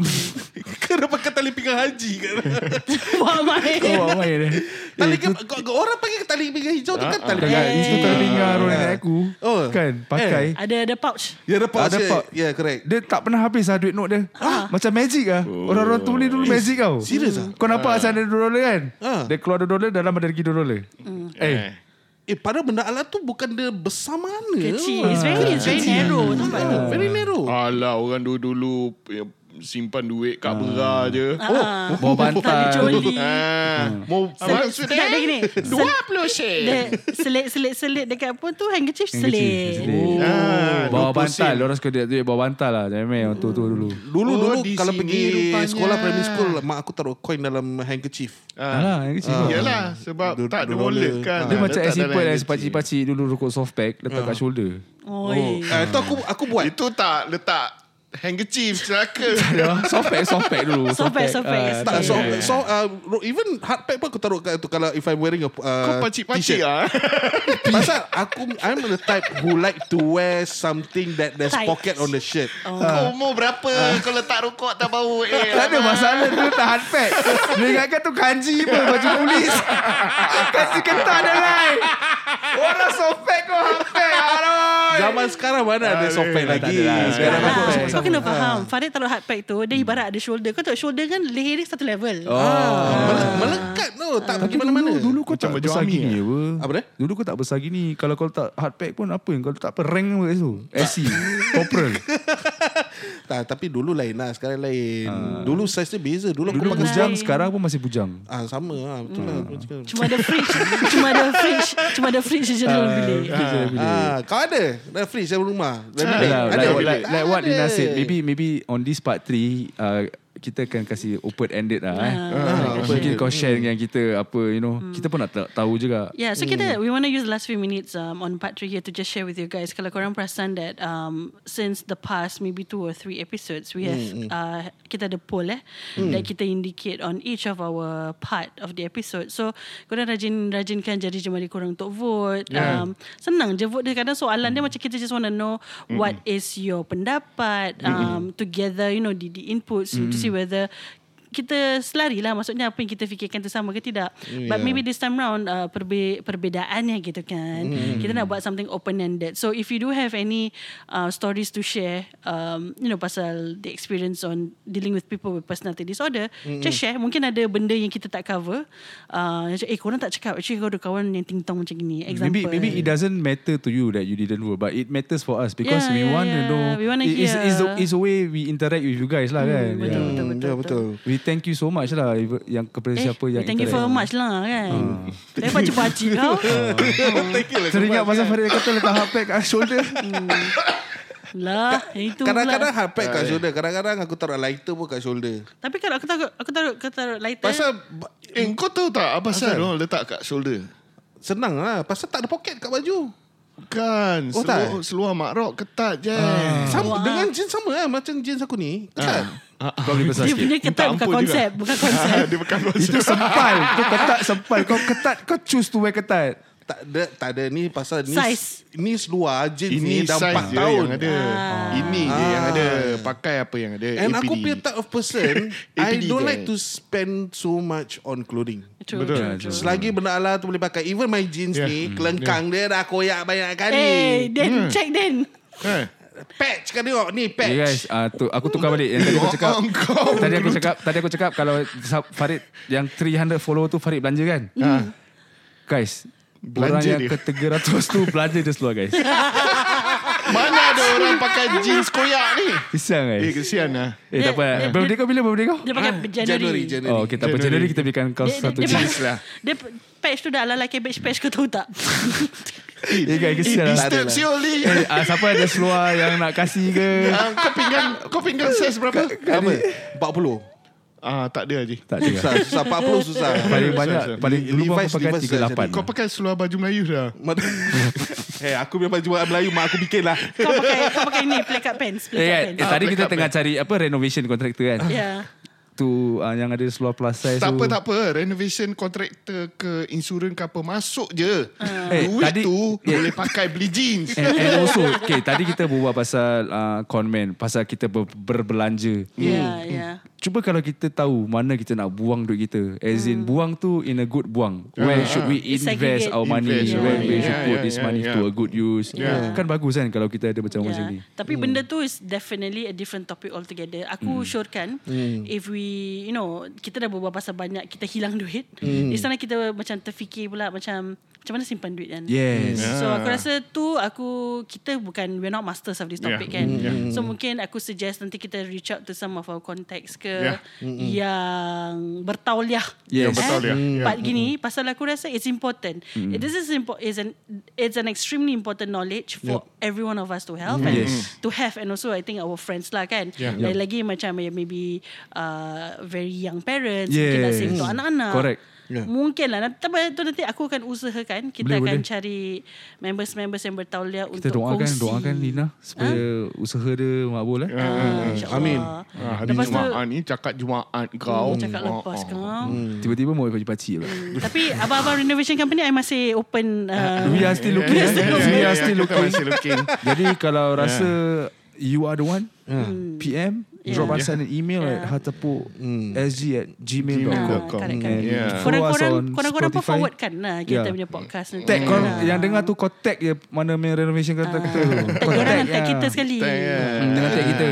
Speaker 6: Kena pakai tali pinggang haji kan.
Speaker 1: Wah main
Speaker 5: Oh, apa ya?
Speaker 6: Tali ke, kau- kau- orang panggil tali pinggang hijau tu kan tali
Speaker 5: Kakak
Speaker 6: pinggang.
Speaker 5: itu tak dengar orang nenek aku.
Speaker 6: Oh.
Speaker 5: Kan pakai.
Speaker 1: Ada ada pouch
Speaker 6: Ya ada pouch.
Speaker 5: Ada
Speaker 6: eh.
Speaker 5: pouch.
Speaker 6: Ya correct.
Speaker 5: Dia tak pernah habis lah duit note dia. Macam magic lah. Orang-orang tu beli dulu magic tau.
Speaker 6: serious ah?
Speaker 5: Kau nampak asal ada 2 dolar kan?
Speaker 6: Ah.
Speaker 5: Dia keluar 2 dolar dalam ada lagi 2 dolar. Eh,
Speaker 6: Eh padahal benda alat tu bukan dia besar mana. Ah,
Speaker 1: Kecil It's very, it's very narrow Nampak tu
Speaker 6: Very narrow.
Speaker 3: Alah, orang dulu-dulu eh, simpan duit kat bera je.
Speaker 1: Oh,
Speaker 5: bawa
Speaker 1: Tali
Speaker 5: bantal.
Speaker 1: coli
Speaker 3: Ah, mau
Speaker 1: Selit,
Speaker 3: maksud
Speaker 1: tak, dia
Speaker 3: dia?
Speaker 1: gini. Dua puluh sen. Selit-selit-selit dekat apa tu handkerchief selit.
Speaker 5: Handkerchief, selit.
Speaker 3: Ah, 20
Speaker 5: Bawa
Speaker 3: sen.
Speaker 5: bantal. Orang suka dia duit bawa bantal lah. Jangan main tu tu
Speaker 6: Hmm.
Speaker 5: dulu.
Speaker 6: Dulu
Speaker 3: Oh,
Speaker 6: dulu
Speaker 3: di
Speaker 6: kalau
Speaker 3: sini
Speaker 6: pergi
Speaker 3: rupanya.
Speaker 6: sekolah primary school mak aku taruh coin dalam handkerchief.
Speaker 5: Alah, yang kecil.
Speaker 3: Ah. Yalah sebab
Speaker 6: Du-
Speaker 3: tak ada
Speaker 6: du-
Speaker 3: wallet
Speaker 6: dollar.
Speaker 3: kan.
Speaker 5: Dia
Speaker 3: Ah,
Speaker 5: macam
Speaker 3: tak
Speaker 5: as
Speaker 3: ada
Speaker 5: simple
Speaker 3: yang
Speaker 5: as
Speaker 3: kecil.
Speaker 5: pakcik-pakcik dulu rukuk softpack letak kat shoulder.
Speaker 1: Oi.
Speaker 6: Ah itu aku aku buat.
Speaker 3: Itu tak letak handkerchief celaka.
Speaker 5: Ya, softpack, softpack dulu.
Speaker 1: Softpack, softpack.
Speaker 5: Ah,
Speaker 6: Tak so
Speaker 1: Yeah.
Speaker 6: so uh, even hard pack pun aku taruh kat tu kalau if I'm wearing a uh,
Speaker 3: Kau pakcik-pakcik
Speaker 6: t-shirt.
Speaker 3: ah.
Speaker 6: Pasal aku I'm the type who like to wear something that there's
Speaker 1: Tight. Oh.
Speaker 6: pocket on the shirt.
Speaker 3: Kau umur berapa kau letak rokok tak bau eh.
Speaker 5: Tak ada masalah tu tahan pack. Dia ingatkan tu kanji pun baju polis. Kasih kental dia lain. Orang sopek kau hampir. Aduh.
Speaker 6: Zaman sekarang mana ada soft pack
Speaker 5: tak
Speaker 6: lagi.
Speaker 5: ada lah.
Speaker 6: Sekarang
Speaker 5: Tak
Speaker 6: aku
Speaker 5: ada.
Speaker 1: Ah, kau kena faham Farid taruh hard pack tu Dia ibarat ada shoulder Kau taruh shoulder kan Leher dia satu level
Speaker 6: Ah, mele- melekat tu tak pergi mana-mana.
Speaker 5: Dulu, dulu kau
Speaker 3: Macam
Speaker 5: tak
Speaker 3: baju
Speaker 5: besar
Speaker 3: army
Speaker 5: gini
Speaker 3: eh?
Speaker 5: apa?
Speaker 6: Apa dia?
Speaker 5: Dulu kau tak besar gini. Kalau kau tak hard pack pun apa yang kau tak apa rank apa kat situ? SC, corporal.
Speaker 6: Tak, tapi dulu lain lah. Sekarang lain. Dulu saiz dia beza. Dulu, aku
Speaker 5: Ah. Dulu Hmm.
Speaker 6: pakai
Speaker 5: bujang, sekarang pun masih bujang.
Speaker 6: Ah sama lah betul lah aku cakap.
Speaker 1: Cuma ada fridge Cuma ada fridge Cuma ada fridge je dalam bilik
Speaker 6: Ah, kau ada dah free dalam rumah. Dalam bilik.
Speaker 5: Yalah,
Speaker 6: Ada
Speaker 5: like,
Speaker 6: bilik?
Speaker 5: like, like what
Speaker 6: Tak
Speaker 5: Lina
Speaker 6: ada.
Speaker 5: said, maybe maybe on this part 3, uh, kita akan kasih open ended lah
Speaker 1: Ah.
Speaker 5: eh.
Speaker 6: open
Speaker 5: Mungkin
Speaker 6: ended.
Speaker 5: kau share dengan kita apa you know, kita pun nak ta- tahu juga.
Speaker 1: Hmm. Yeah, so kita we want to use the last few minutes um, on part three here to just share with you guys. Kalau korang perasan that um, since the past maybe two or three episodes, we have uh, kita ada poll eh that kita indicate on each of our part of the episode. So korang rajin-rajinkan jari jemari korang untuk vote. Um, senang je vote dia kadang soalan dia macam kita just want to know what is your pendapat um, together you know the, the inputs to see whether kita selari lah maksudnya apa yang kita fikirkan tu sama ke tidak yeah.
Speaker 5: Ya.
Speaker 1: but maybe this time round uh, perbe- perbedaannya gitu kan mm.
Speaker 5: Hmm.
Speaker 1: kita nak buat something open ended so if you do have any uh, stories to share um, you know pasal the experience on dealing with people with personality disorder mm.
Speaker 5: Hmm.
Speaker 1: just share mungkin ada benda yang kita tak cover uh, macam, eh korang tak cakap actually kau ada kawan yang ting-tong macam gini example
Speaker 5: Maybe maybe it doesn't matter to you that you didn't vote, but it matters for us because
Speaker 1: Yeah,
Speaker 5: we
Speaker 1: yeah,
Speaker 5: want to
Speaker 1: yeah.
Speaker 5: know.
Speaker 1: We wanna
Speaker 5: it- It's, it's, the,
Speaker 1: hear.
Speaker 5: it's the way we interact with you guys lah kan.
Speaker 1: betul,
Speaker 5: Yeah.
Speaker 1: betul,
Speaker 6: Hmm,
Speaker 1: betul,
Speaker 6: Ya
Speaker 1: betul.
Speaker 6: betul.
Speaker 5: We thank you so much lah if- yang
Speaker 1: Eh,
Speaker 5: kepada siapa yang
Speaker 1: thank you for
Speaker 5: interact.
Speaker 1: much
Speaker 5: Ah.
Speaker 1: lah kan. Tapi pakcik-pakcik kau.
Speaker 6: lah,
Speaker 5: Teringat pasal Farid kata letak hard pack kat shoulder.
Speaker 1: Lah, itu
Speaker 6: Kadang-kadang hard pack
Speaker 5: Ah, ya.
Speaker 6: kat shoulder. Kadang-kadang aku taruh lighter pun kat shoulder.
Speaker 1: Tapi kalau aku taruh aku taruh aku taruh lighter.
Speaker 6: Pasal ba-
Speaker 3: Eh kau tahu tak apa pasal orang Oh, letak kat shoulder?
Speaker 6: senang lah. Pasal tak ada poket kat baju.
Speaker 3: Kan
Speaker 6: Oh, tak?
Speaker 3: seluar, seluar makrok ketat je.
Speaker 1: Ah.
Speaker 3: Ah.
Speaker 6: Sama dengan jeans sama lah. Macam jeans aku ni.
Speaker 5: Ah.
Speaker 6: Ketat.
Speaker 5: Kau boleh besar
Speaker 1: dia punya
Speaker 5: sikit.
Speaker 1: ketat
Speaker 3: Minta
Speaker 1: bukan
Speaker 3: ampun
Speaker 1: konsep, bukan konsep.
Speaker 3: Dia bukan
Speaker 5: Itu sempal. Kau ketat sempal. Kau ketat. Kau choose to wear ketat.
Speaker 6: Tak ada, tak ada ni pasal ni
Speaker 1: Saiz.
Speaker 6: ni seluar jeans
Speaker 3: Ini
Speaker 6: ni dah
Speaker 3: size
Speaker 6: 4
Speaker 3: je
Speaker 6: tahun.
Speaker 3: yang ada.
Speaker 1: Ah.
Speaker 3: Ini je yang ada. Pakai apa yang ada.
Speaker 6: And
Speaker 3: APD.
Speaker 6: aku punya type of person I
Speaker 3: APD
Speaker 6: don't
Speaker 3: je.
Speaker 6: like to spend so much on clothing
Speaker 1: True,
Speaker 3: Betul.
Speaker 1: true,
Speaker 5: Betul.
Speaker 1: true.
Speaker 6: Selagi benda ala tu boleh pakai Even my jeans
Speaker 3: Yeah.
Speaker 6: yeah. ni
Speaker 3: Hmm.
Speaker 6: Kelengkang yeah. dia dah koyak banyak kali
Speaker 1: Eh, Dan, check Dan.
Speaker 3: Eh,
Speaker 6: Patch kan tengok Ni patch
Speaker 5: Okay guys, uh, tu, aku tukar balik yang tadi aku cakap.
Speaker 3: Engkau
Speaker 5: tadi aku cakap, tadi aku cakap kalau Sa- Farid yang 300 follower tu Farid belanja kan?
Speaker 3: Ah.
Speaker 5: Guys,
Speaker 3: Belanja
Speaker 5: belanja orang
Speaker 3: dia.
Speaker 5: yang ke 300 tu belanja dia seluar guys.
Speaker 3: Mana ada orang pakai jeans koyak ni?
Speaker 5: Pisang guys.
Speaker 3: Eh, kesian lah.
Speaker 5: Eh, tak apa.
Speaker 1: Dia- dia-
Speaker 5: Birthday kau bila birthday kau?
Speaker 1: Dia pakai
Speaker 6: Januari,
Speaker 1: Januari.
Speaker 6: Januari.
Speaker 5: Oh, okay, tak apa.
Speaker 3: January.
Speaker 5: Januari kita berikan kau
Speaker 1: Dia, dia,
Speaker 5: satu
Speaker 1: dia,
Speaker 5: jeans.
Speaker 1: dia,
Speaker 3: lah.
Speaker 1: dia patch tu dah ala like patch patch kau tahu tak?
Speaker 5: Eh, guys, kesian lah.
Speaker 3: Disturb si Oli.
Speaker 5: Eh, ah, siapa ada seluar yang nak kasih ke?
Speaker 3: Ah, Kau pinggan Kau pinggan size berapa?
Speaker 6: Apa? 40
Speaker 3: Ah, Tak ada Haji
Speaker 5: Tak ada.
Speaker 6: Susah, susah 40 susah
Speaker 5: Paling
Speaker 3: Susah,
Speaker 5: banyak,
Speaker 3: susah.
Speaker 5: paling dulu pun
Speaker 6: Levi's,
Speaker 5: aku pakai
Speaker 6: Levi's saja.
Speaker 3: Kau
Speaker 5: 38.
Speaker 3: pakai seluar baju Melayu dah
Speaker 6: Mat- Eh aku punya baju orang Melayu Mak aku bikin lah
Speaker 1: Kau pakai kau pakai ni plekat pants,
Speaker 5: Eh, kan?
Speaker 1: plekat
Speaker 5: eh,
Speaker 1: pants.
Speaker 5: tadi kita tengah cari apa renovation contractor kan?
Speaker 1: Ya.
Speaker 5: Tu ah, yang ada seluar plus size
Speaker 3: tak
Speaker 5: tu.
Speaker 3: apa, tak apa. Renovation contractor ke insurans ke apa, masuk je.
Speaker 1: Ah.
Speaker 5: Eh,
Speaker 3: Duit
Speaker 5: tadi-
Speaker 3: tu
Speaker 5: Yeah.
Speaker 3: boleh pakai beli jeans.
Speaker 5: And, and also, okay, tadi kita berbual pasal uh, conman, pasal kita ber, berbelanja.
Speaker 1: Ya, ya.
Speaker 5: Cuba kalau kita tahu mana kita nak buang duit kita. As
Speaker 3: Hmm.
Speaker 5: in, buang tu in a good buang. Where
Speaker 3: Ah,
Speaker 5: should we invest
Speaker 1: Segregate.
Speaker 5: our money?
Speaker 3: Invest
Speaker 1: our
Speaker 5: Where
Speaker 1: money.
Speaker 5: we should
Speaker 3: Yeah,
Speaker 5: put
Speaker 3: yeah,
Speaker 5: this
Speaker 3: yeah,
Speaker 5: money
Speaker 3: yeah.
Speaker 5: to a good use?
Speaker 1: Yeah.
Speaker 5: Kan bagus kan kalau kita ada macam macam
Speaker 1: Yeah.
Speaker 5: ni.
Speaker 1: Ya. Tapi benda tu is definitely a different topic altogether. Aku mm. syorkan if we you know kita dah berbual pasal banyak kita hilang duit. Mm. Di sana kita macam terfikir pula macam macam mana simpan duit kan.
Speaker 3: Hmm.
Speaker 5: Yes.
Speaker 1: So aku rasa tu aku kita bukan we're not masters of this topic
Speaker 3: Yeah.
Speaker 1: kan.
Speaker 3: Mm, yeah.
Speaker 1: So mungkin aku suggest nanti kita reach out to some of our contacts ke
Speaker 3: Yeah.
Speaker 1: yeah. yang bertauliah.
Speaker 5: Yes. Yang
Speaker 3: bertauliah.
Speaker 1: Eh?
Speaker 3: Yeah.
Speaker 1: Part gini pasal aku rasa it's important. Mm. This is impo- is an it's an extremely important knowledge for yep. every one of us to have and
Speaker 5: Yes.
Speaker 1: to have and also I think our friends lah kan.
Speaker 3: Yeah.
Speaker 1: Lagi lagi macam eh, maybe uh, very young parents
Speaker 5: Yes.
Speaker 1: mungkin nak save untuk
Speaker 5: Mm.
Speaker 1: anak-anak.
Speaker 5: Correct.
Speaker 3: Ya.
Speaker 6: Yeah.
Speaker 1: Mungkin lah Nanti- Tapi tu nanti aku akan usahakan Kita
Speaker 5: Boleh,
Speaker 1: akan
Speaker 5: boleh.
Speaker 1: cari Members-members yang bertauliah
Speaker 5: Kita
Speaker 1: Untuk
Speaker 5: doakan,
Speaker 1: kongsi
Speaker 5: doakan Lina supaya usaha dia makbul eh.
Speaker 1: Ah, InsyaAllah
Speaker 6: Amin.
Speaker 3: Ah, hari
Speaker 1: Lepas tu-
Speaker 3: Jumaat ni cakap Jumaat kau.
Speaker 1: Hmm, Cakap lepas
Speaker 3: Ah, ah.
Speaker 1: kau
Speaker 5: Tiba-tiba mau ikut
Speaker 3: Hmm.
Speaker 5: pakcik pula.
Speaker 1: Tapi abang-abang renovation company I masih open
Speaker 5: Ah,
Speaker 1: uh,
Speaker 5: We are still looking.
Speaker 1: We are still
Speaker 5: eh.
Speaker 1: looking.
Speaker 5: We are still
Speaker 3: Aku
Speaker 5: looking.
Speaker 3: Masih looking.
Speaker 5: Jadi kalau rasa you are the one, PM,
Speaker 1: Yeah.
Speaker 5: drop us an email at hatapusg at
Speaker 1: Ah, correct,
Speaker 5: gmail.com.
Speaker 1: correct.
Speaker 3: Yeah.
Speaker 5: Hmm, Follow us
Speaker 1: Korang-korang
Speaker 5: on
Speaker 1: Korang-korang pun
Speaker 5: Spotify.
Speaker 1: forwardkan lah Kita
Speaker 5: Yeah.
Speaker 1: punya podcast nanti.
Speaker 5: Tag kau
Speaker 1: Ah.
Speaker 5: yang dengar tu kau tag je mana main renovation kata kita.
Speaker 1: Tag orang tag kita sekali Ah.
Speaker 3: Tag, yeah.
Speaker 5: ya. Hmm, Jangan tag kita.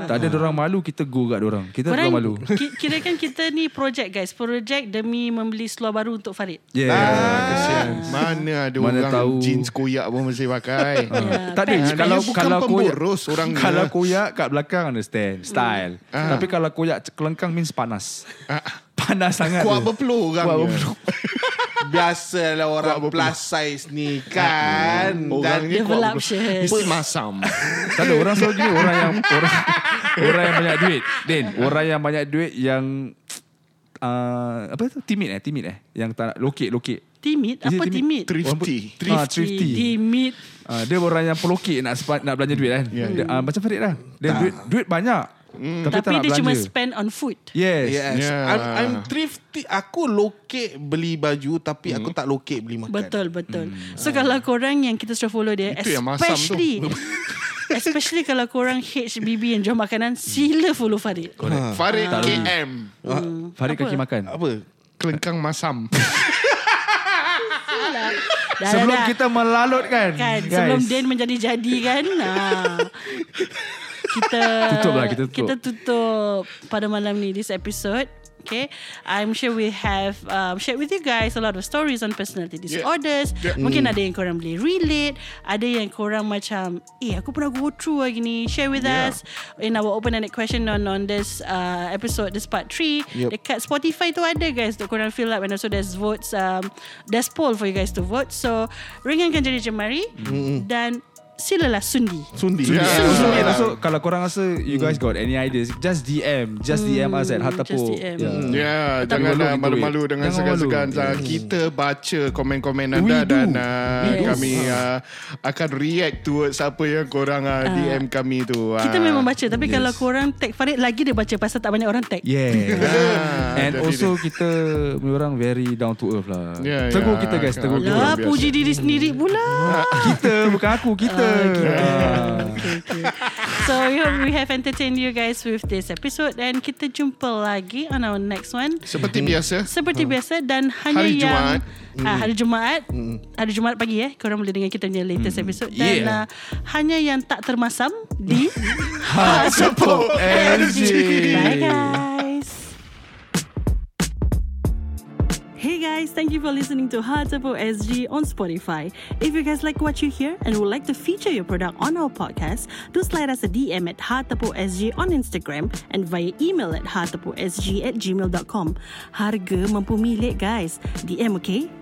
Speaker 5: Tak ada orang malu kita go kat orang. Kita orang malu.
Speaker 1: ki- Kira kan kita ni projek guys Projek demi membeli seluar baru untuk Farid
Speaker 5: Yeah.
Speaker 3: Kesian. Ah, Mana ada
Speaker 5: Mana
Speaker 3: orang
Speaker 5: tahu. Ah.
Speaker 3: jeans koyak pun masih pakai.
Speaker 1: Ya,
Speaker 5: Tak ada
Speaker 3: Dia
Speaker 5: kalau
Speaker 3: bukan
Speaker 5: kalau koyak
Speaker 3: pemborong orang ni.
Speaker 5: kalau koyak kat belakang understand style. Tapi kalau koyak kelengkang means panas. Panas sangat.
Speaker 3: Kuat
Speaker 5: tu.
Speaker 3: berpeluh orang.
Speaker 5: Kuat
Speaker 3: dia.
Speaker 5: berpeluh.
Speaker 6: Biasalah orang
Speaker 3: Buat apa
Speaker 6: plus size ni kan
Speaker 3: Orang ni
Speaker 1: Dia
Speaker 3: kuat
Speaker 1: gelap,
Speaker 3: berpeluh.
Speaker 1: Syed.
Speaker 3: Mesti masam.
Speaker 5: Tak ada orang selalu gini orang yang orang orang yang banyak duit. Din, orang yang banyak duit yang uh, apa tu timid eh, timid eh. Yang tak nak lokek lokek.
Speaker 1: Timid
Speaker 5: Is it
Speaker 1: Apa timid?
Speaker 3: Thrifty.
Speaker 5: Ah, thrifty.
Speaker 1: Timid
Speaker 5: Uh, dia orang yang pelokek nak spa- nak belanja duit kan. Yeah. Dia, uh, macam Farid lah. Dia duit duit banyak. Tapi, tak
Speaker 1: Tapi
Speaker 5: nak
Speaker 1: dia
Speaker 5: belanja.
Speaker 1: cuma spend on food
Speaker 5: Yes.
Speaker 6: Yes.
Speaker 3: Yeah.
Speaker 6: I'm, I'm thrifty. Aku lokek beli baju tapi aku tak lokek beli
Speaker 3: Kan?
Speaker 6: makan.
Speaker 1: Betul betul. So kalau korang yang kita sudah follow dia
Speaker 3: Hmm. Itu yang masam tu.
Speaker 1: especially especially kalau korang HBB yang jual makanan sila follow Farid.
Speaker 3: Farid
Speaker 5: Ah.
Speaker 3: KM.
Speaker 5: Farid kaki makan.
Speaker 6: Apa?
Speaker 3: Kelengkang masam.
Speaker 1: Dah,
Speaker 5: Sebelum kita melalutkan
Speaker 1: kan
Speaker 5: guys.
Speaker 1: sebelum Dan menjadi jadi kan. ha. Kita
Speaker 5: Tutup lah, kita tutup.
Speaker 1: Kita tutup pada malam ni this episode. Okay, I'm sure we have um, shared with you guys a lot of stories on personality disorders. Mungkin
Speaker 5: Hmm.
Speaker 1: ada yang korang boleh relate, ada yang korang macam, eh aku pernah go through lah gini. Share with us in our open-ended question on on this uh, episode, this part 3.
Speaker 6: Yep.
Speaker 1: Dekat Spotify tu ada guys untuk korang fill up and also there's votes, um, there's poll for you guys to vote. So, ringankan jari jemari dan silalah sundi.
Speaker 6: Sundi.
Speaker 3: Sundi.
Speaker 6: Yeah.
Speaker 5: So,
Speaker 3: Yeah.
Speaker 5: and also kalau korang rasa you guys got any ideas, just DM, just DM us at Hatapo.
Speaker 1: Hmm, just DM.
Speaker 3: Ya, yeah,
Speaker 5: Tak
Speaker 3: janganlah
Speaker 5: malu kita
Speaker 3: malu-malu
Speaker 5: wait.
Speaker 3: dengan
Speaker 5: Jangan
Speaker 3: segan-segan.
Speaker 5: malu.
Speaker 3: Zah. Kita baca komen-komen anda
Speaker 6: We do.
Speaker 3: dan uh,
Speaker 1: Yes.
Speaker 3: kami uh, akan react towards apa yang korang uh, DM kami tu.
Speaker 1: Kita
Speaker 3: Ah.
Speaker 1: memang baca tapi yes. kalau korang tag Farid lagi dia baca pasal tak banyak orang tag. Lah,
Speaker 3: Ya,
Speaker 5: Yeah.
Speaker 3: Ah,
Speaker 5: And
Speaker 3: jadi
Speaker 5: also kita orang very down to earth lah.
Speaker 3: Yeah,
Speaker 5: tegur
Speaker 3: yeah.
Speaker 5: kita guys, tegur
Speaker 1: Lah
Speaker 3: Yeah.
Speaker 5: kita.
Speaker 3: Luar biasa. Ah.
Speaker 1: puji diri sendiri pula.
Speaker 5: Kita bukan aku, kita. Ah.
Speaker 1: Okay, okay. So we hope we have entertained you guys with this episode and kita jumpa lagi on our next one.
Speaker 3: Seperti biasa.
Speaker 1: Seperti biasa dan hanya
Speaker 3: Hmm.
Speaker 1: yang
Speaker 3: Hari Jumaat. Hmm.
Speaker 1: Ah, hari Jumaat hari Jumaat pagi eh korang boleh dengar kita punya latest
Speaker 3: Hmm.
Speaker 1: episode dan
Speaker 5: Yeah.
Speaker 1: ah, hanya yang tak termasam di
Speaker 5: Heart support LG.
Speaker 1: Bye guys. Hey guys, thank you for listening to Hearts About SG on Spotify. If you guys like what you hear and would like to feature your product on our podcast, do slide us a DM at Hartapo SG on Instagram and via email at hartaposg at gmail.com. Harga mampu milik guys. DM okay?